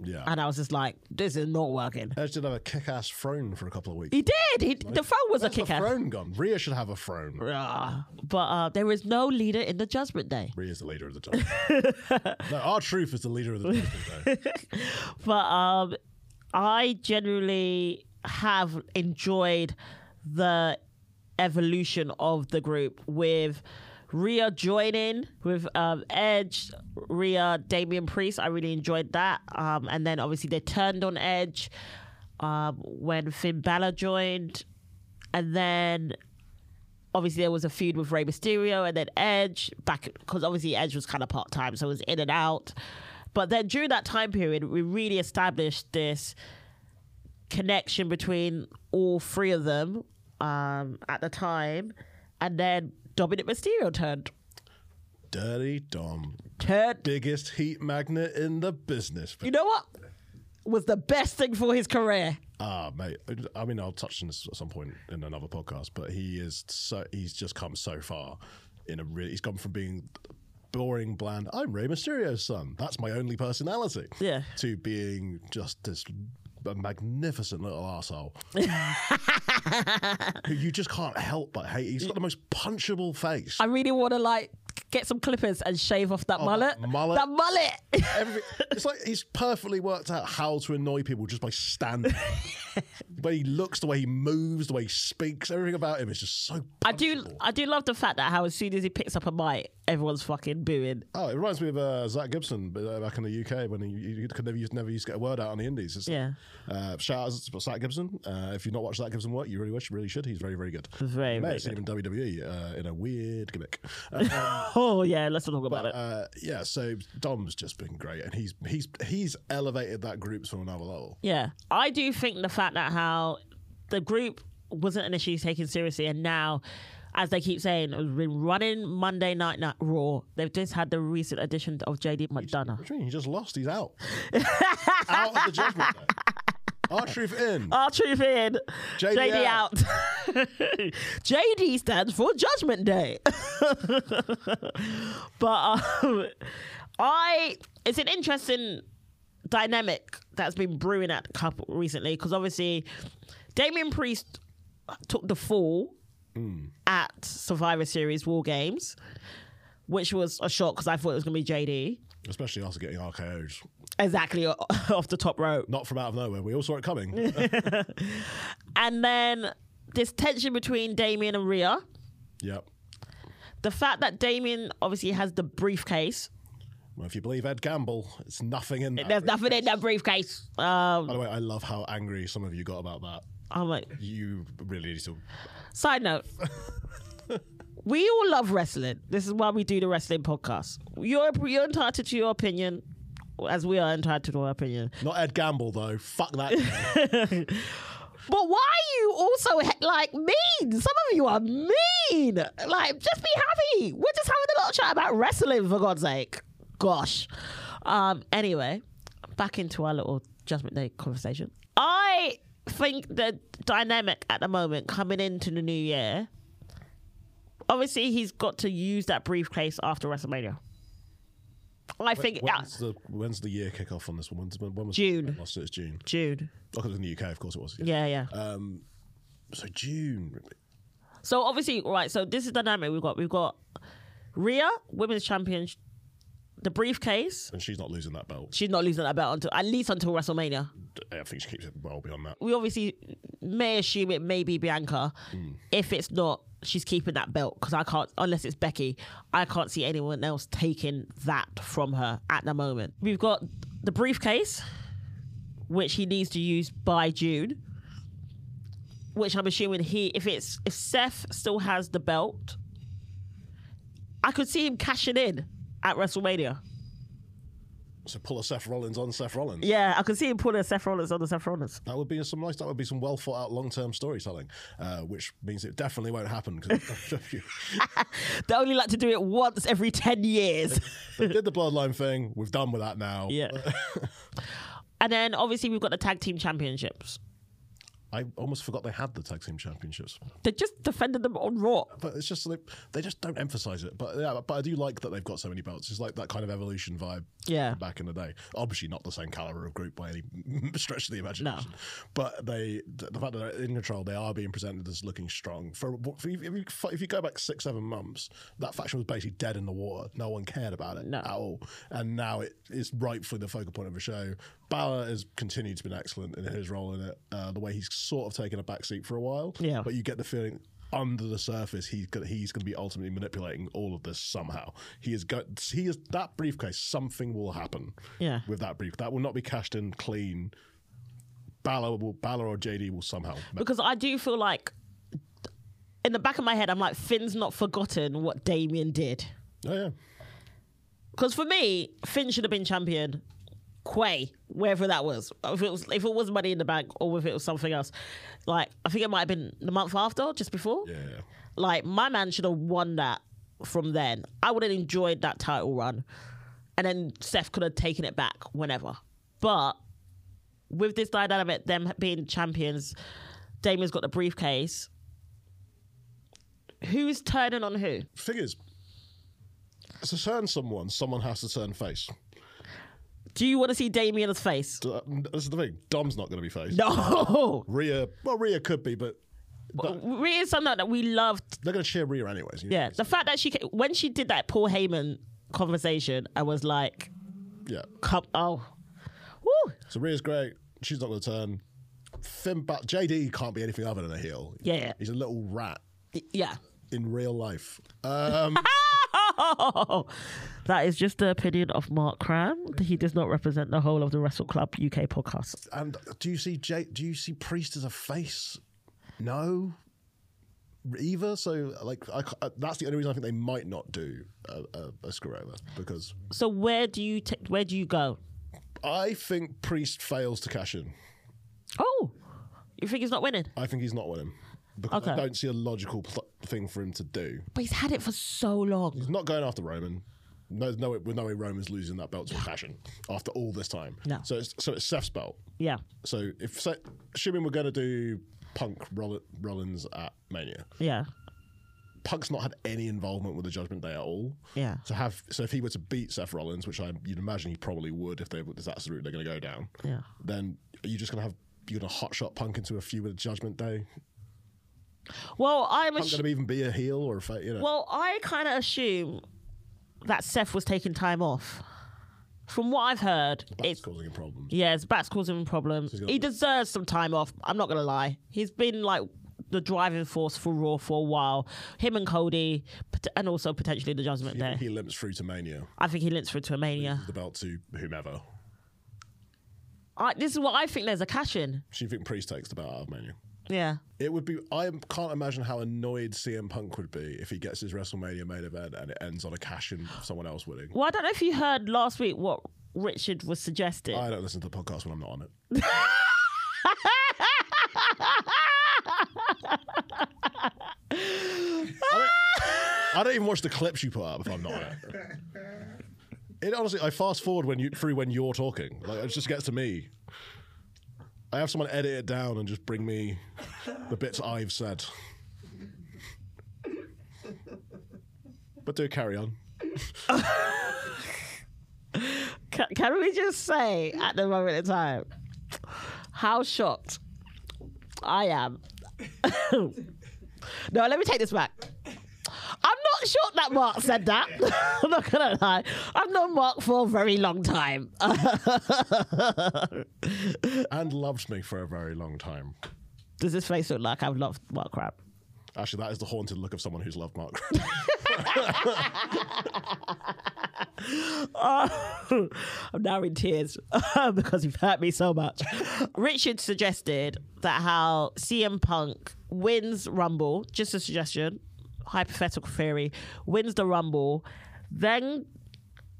S3: yeah.
S2: and I was just like, this is not working.
S3: Edge did have a kick-ass throne for a couple of weeks.
S2: He did. He, the phone was a
S3: Where's the
S2: kick ass.
S3: throne gone? Rhea should have a throne.
S2: Ah, But uh, there is no leader in the Judgment Day.
S3: Rhea is the leader of the Judgment.
S2: (laughs)
S3: no, our truth is the leader of the Judgment Day.
S2: But um, I generally have enjoyed the evolution of the group with Rhea joining with um, Edge, Rhea, Damian Priest. I really enjoyed that. Um, and then obviously they turned on Edge um, when Finn Balor joined. And then obviously there was a feud with Rey Mysterio and then Edge back because obviously Edge was kind of part time, so it was in and out. But then during that time period, we really established this connection between all three of them um, at the time, and then Dominic Mysterio turned
S3: Dirty Dom,
S2: turned.
S3: biggest heat magnet in the business.
S2: You know what was the best thing for his career?
S3: Ah, mate. I mean, I'll touch on this at some point in another podcast, but he is so he's just come so far in a really. He's gone from being boring, bland. I'm Rey Mysterio's son. That's my only personality.
S2: Yeah.
S3: To being just this magnificent
S2: (laughs)
S3: little asshole. who you just can't help but hate. He's got the most punchable face.
S2: I really want to like get some clippers and shave off that mullet.
S3: that mullet.
S2: That mullet.
S3: Every, it's like he's perfectly worked out how to annoy people just
S2: (laughs)
S3: by standing. the way he looks, the way he moves, the way he speaks, everything about him is just so.
S2: I do,
S3: punchable.
S2: I do love the fact that how as soon as he picks up a mic, everyone's fucking booing. (laughs)
S3: Oh, it reminds me of uh, Zach Gibson but, uh, back in the UK when he, he could never used never used to get a word out on the Indies. It's-
S2: Yeah.
S3: Uh, shout out to Zach Gibson. Uh, if you've not watched Zach Gibson work, you really wish, really should. He's very, very good.
S2: very
S3: You may
S2: good.
S3: have seen him in WWE uh, in a
S2: (laughs)
S3: weird gimmick. Uh,
S2: Oh yeah, let's not talk about it.
S3: uh, yeah, so Dom's just been great, and he's he's he's elevated that group to another level.
S2: Yeah, I do think the fact that how the group wasn't initially taken seriously, and now, as they keep saying, has been running Monday Night Night Raw. They've just had the recent addition of JD McDonough.
S3: What do you mean? He just lost.
S2: (laughs)
S3: He's out. out of the judgment day. Our truth in.
S2: Our truth in, JD,
S3: JD
S2: out. (laughs)
S3: out.
S2: JD stands for Judgment Day. (laughs) but um, I, it's an interesting dynamic that's been brewing at the couple recently because obviously Damien Priest took the fall at Survivor Series War Games, which was a shock because I thought it was going to be JD.
S3: Especially after getting RKO'd.
S2: Exactly o- (laughs) off the top rope.
S3: Not from out of nowhere. We all saw
S2: (laughs)
S3: it coming.
S2: And then this tension between Damien and Rhea.
S3: yep.
S2: The fact that Damien obviously has the briefcase
S3: Well, if you believe Ed Gamble, it's nothing in that.
S2: There's nothing in that briefcase. Um,
S3: By the way, I love how angry some of you got about that.
S2: I'm like,
S3: You really need to.
S2: Side note. we all love wrestling. This is why we do the wrestling podcast. You're you're entitled to your opinion, as we are entitled to our opinion.
S3: Not Ed Gamble though. Fuck that.
S2: (laughs) But why are you also he- like mean? Some of you are mean. Like, just be happy. We're just having a little chat about wrestling for God's sake. Gosh. Um. Anyway, back into our little Judgment Day conversation. I think the dynamic at the moment coming into the new year. Obviously, he's got to use that briefcase after WrestleMania. I think yeah,
S3: When's the when's the year kickoff on this one? When's, when was
S2: June.
S3: Lost it. It's June.
S2: June.
S3: Oh, 'cause it was in the UK, of course it was.
S2: Yeah, yeah.
S3: So June.
S2: So obviously, right. So this is dynamic. We've got we've got Rhea, women's champion, sh- the briefcase.
S3: And she's not losing that belt.
S2: She's not losing that belt until at least until WrestleMania.
S3: I think she keeps it well beyond that.
S2: We obviously may assume it may be Bianca. If it's not, she's keeping that belt because I can't unless it's Becky. I can't see anyone else taking that from her at the moment. We've got the briefcase, which he needs to use by June. Which I'm assuming he, if it's if Seth still has the belt, I could see him cashing in at WrestleMania.
S3: So pull a Seth Rollins on Seth Rollins.
S2: Yeah, I could see him pulling a Seth Rollins on the Seth Rollins.
S3: That would be some nice. That would be some well thought out long term storytelling, uh, which means it definitely won't happen because
S2: They only like to do it once every ten years.
S3: (laughs) they did the bloodline thing. We've done with that now. (laughs)
S2: Yeah. and then obviously we've got the tag team championships.
S3: I almost forgot they had the tag team championships,
S2: They just defended them on Raw.
S3: but it's just they, they just don't emphasize it. But yeah, but I do like that they've got so many belts. It's like that kind of evolution vibe.
S2: Yeah.
S3: back in the day, obviously not the same caliber of group by any (laughs) stretch of the imagination. But they, the the fact that they're in control, they are being presented as looking strong. For, for if, you, if you go back six, seven months, that faction was basically dead in the water. No one cared about it
S2: No.
S3: at all, and now it is rightfully the focal point of the show. Balor has continued to be excellent in his role in it. Uh, the way he's sort of taken a back seat for a while,
S2: Yeah.
S3: but you get the feeling under the surface he's gonna, he's going to be ultimately manipulating all of this somehow. He is got he is that briefcase. Something will happen.
S2: Yeah.
S3: with that brief that will not be cashed in clean. Balor will Balor or JD will somehow.
S2: Because I do feel like in the back of my head, I'm like, Finn's not forgotten what Damien did.
S3: Oh yeah,
S2: Because for me, Finn should have been champion. Quay, wherever that was. If it was if it was money in the bank or if it was something else. Like I think it might have been the month after, just before.
S3: yeah, yeah.
S2: Like my man should have won that from then. I would have enjoyed that title run, and then Seth could have taken it back whenever. But with this dynamic, them being champions, Damien's got the briefcase. Who's turning on who?
S3: Figures. To turn someone, someone has to turn face.
S2: Do you want to see Damien's face? (laughs)
S3: So, um, This is the thing. Dom's not going to be face.
S2: No.
S3: Rhea, well, Rhea could be, but
S2: Rhea's something that we loved.
S3: they're going to cheer Rhea anyways. you know?
S2: Yeah, the fact that she ca- when she did that Paul Heyman conversation, I was like,
S3: yeah.
S2: "Come, oh, woo,
S3: So Rhea's great. She's not going to turn. Finn, but JD can't be anything other than a heel.
S2: Yeah, yeah.
S3: he's a little rat
S2: yeah."
S3: in real life. Uh,
S2: (laughs) That is just the opinion of Mark Cram. He does not represent the whole of the Wrestle Club UK podcast.
S3: and do you see J- Do you see Priest as a face? No, either. So like, I, ca- uh, that's the only reason I think they might not do a, a, a screw over because
S2: So where do you ta- where do you go?
S3: I think Priest fails to cash in.
S2: Oh, you think he's not winning?
S3: I think he's not winning because I
S2: Okay.
S3: don't see a logical pl- thing for him to do.
S2: But he's had it for so long.
S3: He's not going after Roman. No, no, way- no way Roman's losing that belt to a fashion after all this time.
S2: No.
S3: So it's so it's Seth's belt.
S2: Yeah,
S3: So if so, assuming we're going to do Punk Roll- Rollins at Mania,
S2: yeah,
S3: Punk's not had any involvement with the Judgment Day at all.
S2: Yeah.
S3: So have so if he were to beat Seth Rollins, which I you'd imagine he probably would if they if that's the route they're going to go down.
S2: Yeah.
S3: Then are you just going to have you're going to hotshot Punk into a feud with Judgment Day?
S2: Well, I'm
S3: Punk going
S2: assu-
S3: to even be a heel or a fa- you know?
S2: well, I kind of assume that Seth was taking time off. From what I've heard,
S3: that's
S2: it's
S3: causing him problems.
S2: yeah, his back's causing him problems.
S3: he's got-
S2: He deserves some time off. I'm not gonna lie. He's been like the driving force for Raw for a while. Him and Cody, pot- and also potentially the Judgment Day.
S3: He limps through to Mania,
S2: I think he links through to a Mania.
S3: the belt to whomever.
S2: I, this is what I think. There's a cash in.
S3: So you think Priest takes the belt out of Mania?
S2: Yeah.
S3: It would be. I am- can't imagine how annoyed CM Punk would be if he gets his WrestleMania main event and it ends on a cash in of someone else winning.
S2: Well, I don't know if you heard last week what Richard was suggesting.
S3: I don't listen to the podcast when I'm not on it. I don't even watch the clips you put up if I'm not on it. It honestly, I fast forward when you through when you're talking. Like it just gets to me. I have someone edit it down and just bring me the bits I've said. But do carry on.
S2: Can, can we just say at the moment in time how shocked I am? (laughs) no, let me take this back. I'm not shocked that Mark said that. (laughs) I'm not gonna lie. I've known Mark for a very long time.
S3: And loved me for a very long time.
S2: Does this face look like I've loved Mark Crab?
S3: Actually, that is the haunted look of someone who's loved Mark.
S2: (laughs) (laughs) I'm now in tears (laughs) because you've hurt me so much. (laughs) Richard suggested that how CM Punk wins Rumble, just a suggestion, hypothetical theory, wins the Rumble, then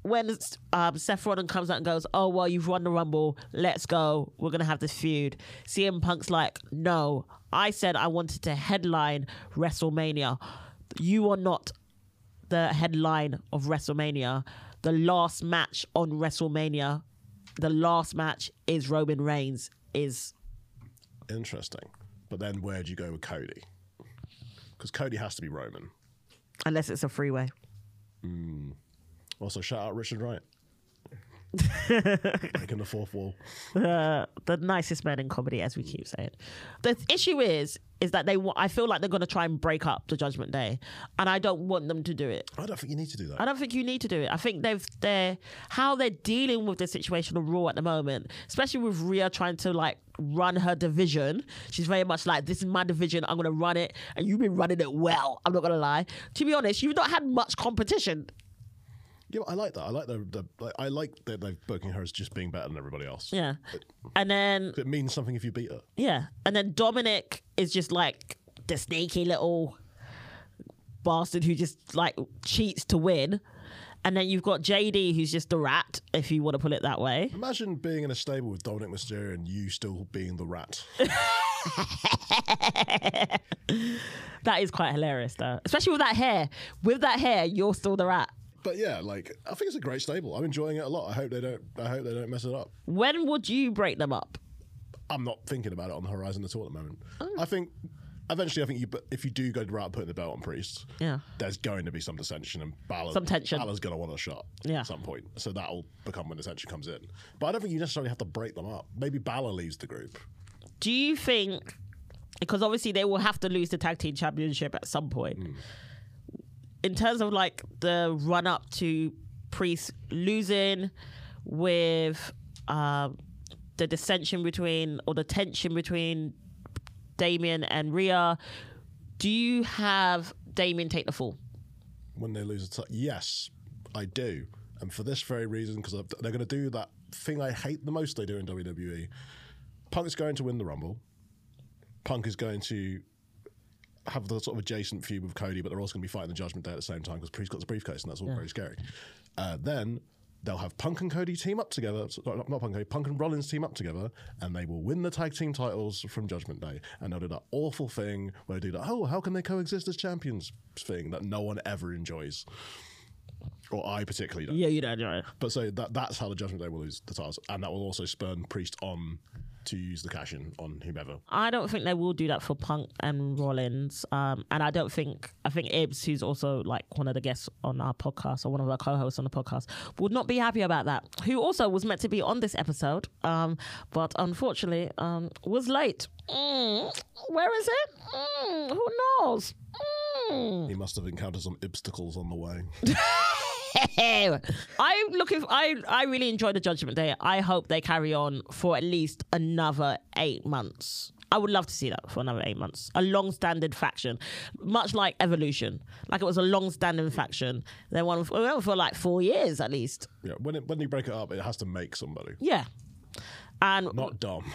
S2: when um, Seth Rollins comes out and goes, "Oh well, you've won the Rumble. Let's go. We're gonna have this feud." CM Punk's like, "No, I said I wanted to headline WrestleMania. You are not the headline of WrestleMania. The last match on WrestleMania, the last match is Roman Reigns. Is
S3: Interesting. But then where do you go with Cody? Because Cody has to be Roman.
S2: unless it's a freeway."
S3: Also, shout out Richard
S2: (laughs)
S3: Wright. Breaking the fourth wall.
S2: the nicest man in comedy, as we keep saying. The th- issue is, is that they. wa- I feel like they're going to try and break up the Judgment Day, and I don't want them to do it.
S3: I don't think you need to do that.
S2: I don't think you need to do it. I think they've they're how they're dealing with the situation of Raw at the moment, especially with Rhea trying to like run her division. She's very much like, This is my division, I'm gonna run it, and you've been running it well. I'm not gonna lie. To be honest, you've not had much competition.
S3: Yeah, but I like that. I like the, the like, I like that they're booking her as just being better than everybody else.
S2: Yeah. And then
S3: It means something if you beat her.
S2: Yeah. And then Dominic is just like the sneaky little bastard who just like cheats to win. And then you've got JD who's just the rat, if you want to put it that way.
S3: Imagine being in a stable with Dominic Mysterio and you still being the
S2: (laughs)
S3: rat.
S2: (laughs) That is quite hilarious though. Especially with that hair. With that hair, you're still the rat.
S3: but yeah, like I think it's a great stable. I'm enjoying it a lot. I hope they don't. I hope they don't mess it up.
S2: When would you break them up?
S3: I'm not thinking about it on the horizon at all at the moment.
S2: Oh.
S3: I think eventually, I think you, but if you do go the route of putting the belt on Priest,
S2: Yeah.
S3: there's going to be some dissension and Balor,
S2: Some tension.
S3: Balor's going to want a shot
S2: Yeah.
S3: at some point, so that'll become when the tension comes in. But I don't think you necessarily have to break them up. Maybe Balor leaves the group.
S2: Do you think because obviously they will have to lose the tag team championship at some point. In terms of like the run up to Priest losing with um, the dissension between or the tension between Damien and Rhea, do you have Damien take the fall?
S3: when they lose a t- yes i do and for this very reason because they're going to do that thing i hate the most they do in wwe punk's going to win the rumble punk is going to have the sort of adjacent feud with cody but they're also going to be fighting the judgment day at the same time because priest got the briefcase and that's all very scary uh, then they'll have punk and cody team up together so- not, not punk and cody punk and rollins team up together and they will win the tag team titles from judgment day and they'll do that awful thing where they do that oh how can they coexist as champions thing that no one ever enjoys or i particularly don't
S2: Yeah, you don't know.
S3: but so that that's how the Judgment Day will lose the titles, and that will also spurn Priest on to use the cash in on whomever.
S2: I don't think they will do that for Punk and Rollins. Um, and I don't think I think Ibs, who's also like one of the guests on our podcast or one of our co-hosts on the podcast, would not be happy about that. Who also was meant to be on this episode, um, but unfortunately um, was late. Mm, where is it? Mm, who knows? Mm.
S3: He must have encountered some obstacles on the way.
S2: I'm looking. I I really enjoy the Judgment Day. I hope they carry on for at least another eight months. I would love to see that for another eight months. A long standing faction, much like Evolution. Like it was a long standing faction. They won we went for like four years at least.
S3: Yeah, when it, when you break it up, it has to make somebody.
S2: Yeah. And (laughs)
S3: Not dumb.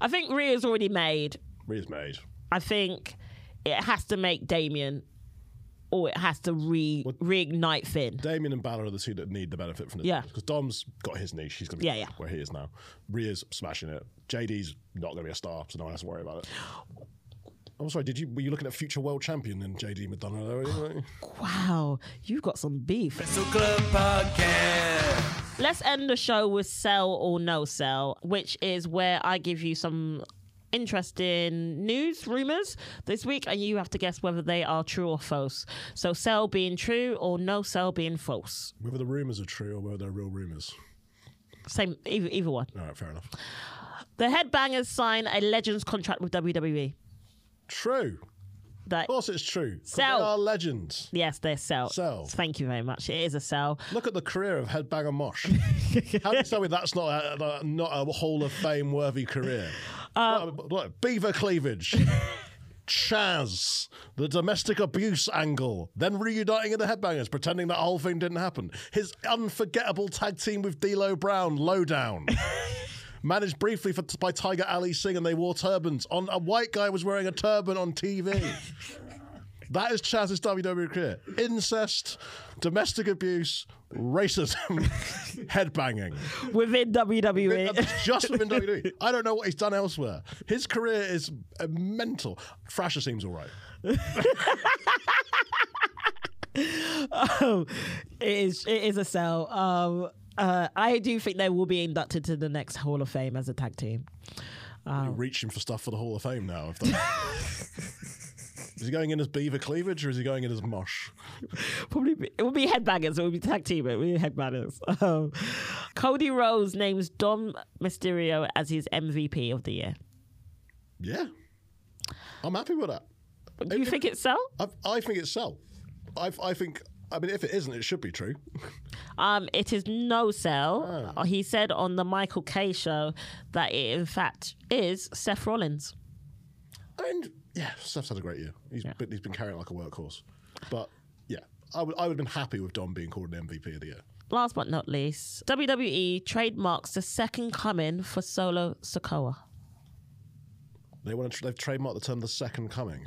S2: I think Rhea's already made.
S3: Rhea's made.
S2: I think it has to make Damien or it has to re reignite Finn.
S3: Damien and Balor are the two that need the benefit from this.
S2: Yeah.
S3: Because Dom's got his niche. He's going to be
S2: Yeah, yeah.
S3: where he is now. Rhea's smashing it. JD's not going to be a star, so no one has to worry about it. I'm sorry, did you were you looking at future world champion and JD McDonough? though,
S2: (sighs)
S3: anyway?
S2: Wow, you've got some beef.
S1: Wrestle Club Podcast.
S2: Let's end the show with sell or no sell, which is where I give you some interesting news rumors this week and you have to guess whether they are true or false. So sell being true or no sell being false.
S3: Whether the rumors are true or whether they're real rumors.
S2: Same either, either one.
S3: All right, fair enough.
S2: The Headbangers sign a Legends contract with WWE.
S3: True.
S2: That
S3: Of course, it's true. 'cause They
S2: Sell.
S3: are legends.
S2: Yes, they're sell.
S3: Sell.
S2: Thank you very much. It is a sell.
S3: Look at the career of Headbanger Mosh. How do you tell me that's not a, not a Hall of Fame worthy career? Look, look, Beaver cleavage, Chaz, the domestic abuse angle, then reuniting in the Headbangers, pretending that whole thing didn't happen. His unforgettable tag team with D'Lo Brown, Lowdown. Managed briefly for, by Tiger Ali Singh, and they wore turbans. On a white guy was wearing a turban on TV. That is Chaz's WWE career. Incest, domestic abuse, racism, (laughs) headbanging.
S2: Within E, (laughs)
S3: And
S2: WWE.
S3: that's just within WWE. I don't know what he's done elsewhere. His career is uh, mental. Thrasher seems all right.
S2: it is it is a sell. Um uh, I do think they will be inducted to the next Hall of Fame as a tag team.
S3: You're reaching for stuff for the Hall of Fame now. If that... is he going in as beaver cleavage or is he going in as mosh?
S2: Probably be, it would be headbangers. It would be tag team. It would be headbangers. (laughs) Um, Cody Rose names Dom Mysterio as his MVP of the year.
S3: Yeah. I'm happy with that.
S2: Do you think it's sell?
S3: I, I think it's sell. I, I think, I mean, if it isn't, it should be true.
S2: Um, it is no sell. Uh, He said on the Michael K show that it in fact is Seth Rollins.
S3: I mean, yeah, Steph's had a great year. He's been, he's been carrying it like a workhorse. But yeah, I would I would have been happy with Don being called an MVP of the year.
S2: Last but not least, WWE trademarks the second coming for Solo Sokoa.
S3: They want to tr- they've trademarked the term the second coming.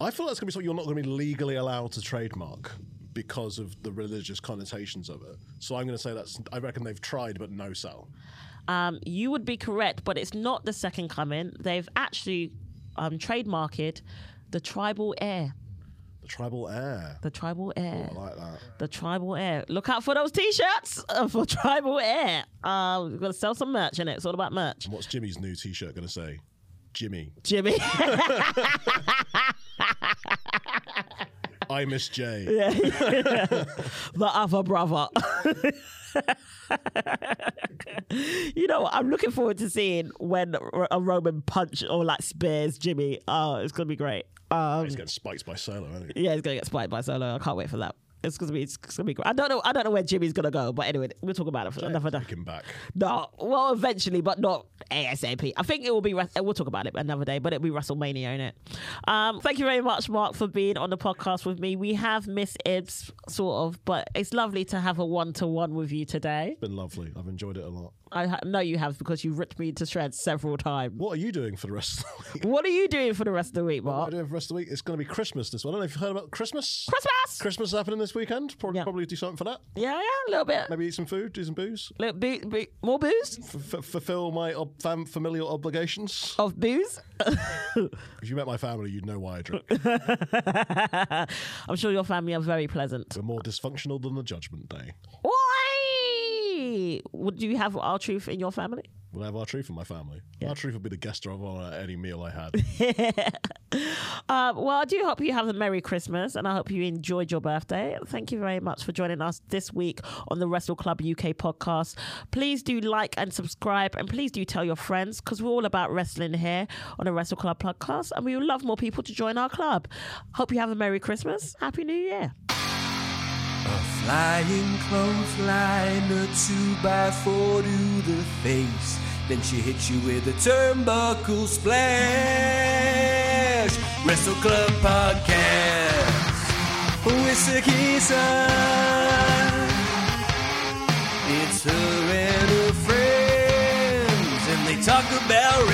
S3: I feel that's going to be something you're not going to be legally allowed to trademark because of the religious connotations of it. So I'm going to say that's I reckon they've tried but no sell.
S2: Um, you would be correct, but it's not the second coming. They've actually um, trademarked the tribal air.
S3: The tribal heir.
S2: The tribal air.
S3: I like that.
S2: The tribal air. Look out for those t-shirts (laughs) uh, for tribal air. Uh, we're gonna sell some merch in it. It's all about merch.
S3: What's Jimmy's new T-shirt going to say? Jimmy,
S2: Jimmy.
S3: I miss Jay.
S2: (laughs) the other brother. (laughs) you know what? I'm looking forward to seeing when a Roman punch or like spears Jimmy. Oh, it's gonna be great. Um,
S3: He's getting spiked by Solo, isn't he?
S2: yeah, he's gonna get spiked by Solo. I can't wait for that. It's gonna be, it's gonna be great. I don't know. I don't know where Jimmy's gonna go, but anyway, we'll talk about it for another day.
S3: Take him back.
S2: No, well, eventually, but not ASAP. I think it will be. Wres- We'll talk about it another day, but it'll be WrestleMania in it. Um, thank you very much, Mark, for being on the podcast with me. We have Miss Ibs, sort of, but it's lovely to have a one to one with you today.
S3: Been lovely. I've enjoyed it a lot.
S2: I ha- know you have because you ripped me to shreds several times.
S3: What are you doing for the rest of the week?
S2: What are you doing for the rest of the week,
S3: What
S2: Mark?
S3: do we have for the rest of the week? It's going to be Christmas this one. I don't know if you've heard about Christmas.
S2: Christmas.
S3: Christmas is happening this weekend. Probably,
S2: Yeah.
S3: probably do something for that.
S2: Yeah, yeah, a little bit.
S3: Maybe eat some food, do some booze,
S2: Little boo- boo- more booze
S3: f- f- fulfill my ob- fam- familial obligations.
S2: of booze. (laughs)
S3: If you met my family, you'd know why I drink.
S2: I'm sure your family are very pleasant.
S3: We're more dysfunctional than the Judgment Day.
S2: Why? Would you have our truth in your family?
S3: We'll have our truth in my family. Our truth would be the guest of honor at any meal I had.
S2: Uh, well, I do hope you have a Merry Christmas and I hope you enjoyed your birthday. Thank you very much for joining us this week on the Wrestle Club UK podcast. Please do like and subscribe and please do tell your friends because we're all about wrestling here on the Wrestle Club podcast and we would love more people to join our club. Hope you have a Merry Christmas. Happy New Year.
S1: Flying clothesline, a two by four to the face. Then she hits you with a turnbuckle splash. Wrestle Club Podcast with Sakisa. It's her and her friends, and they talk about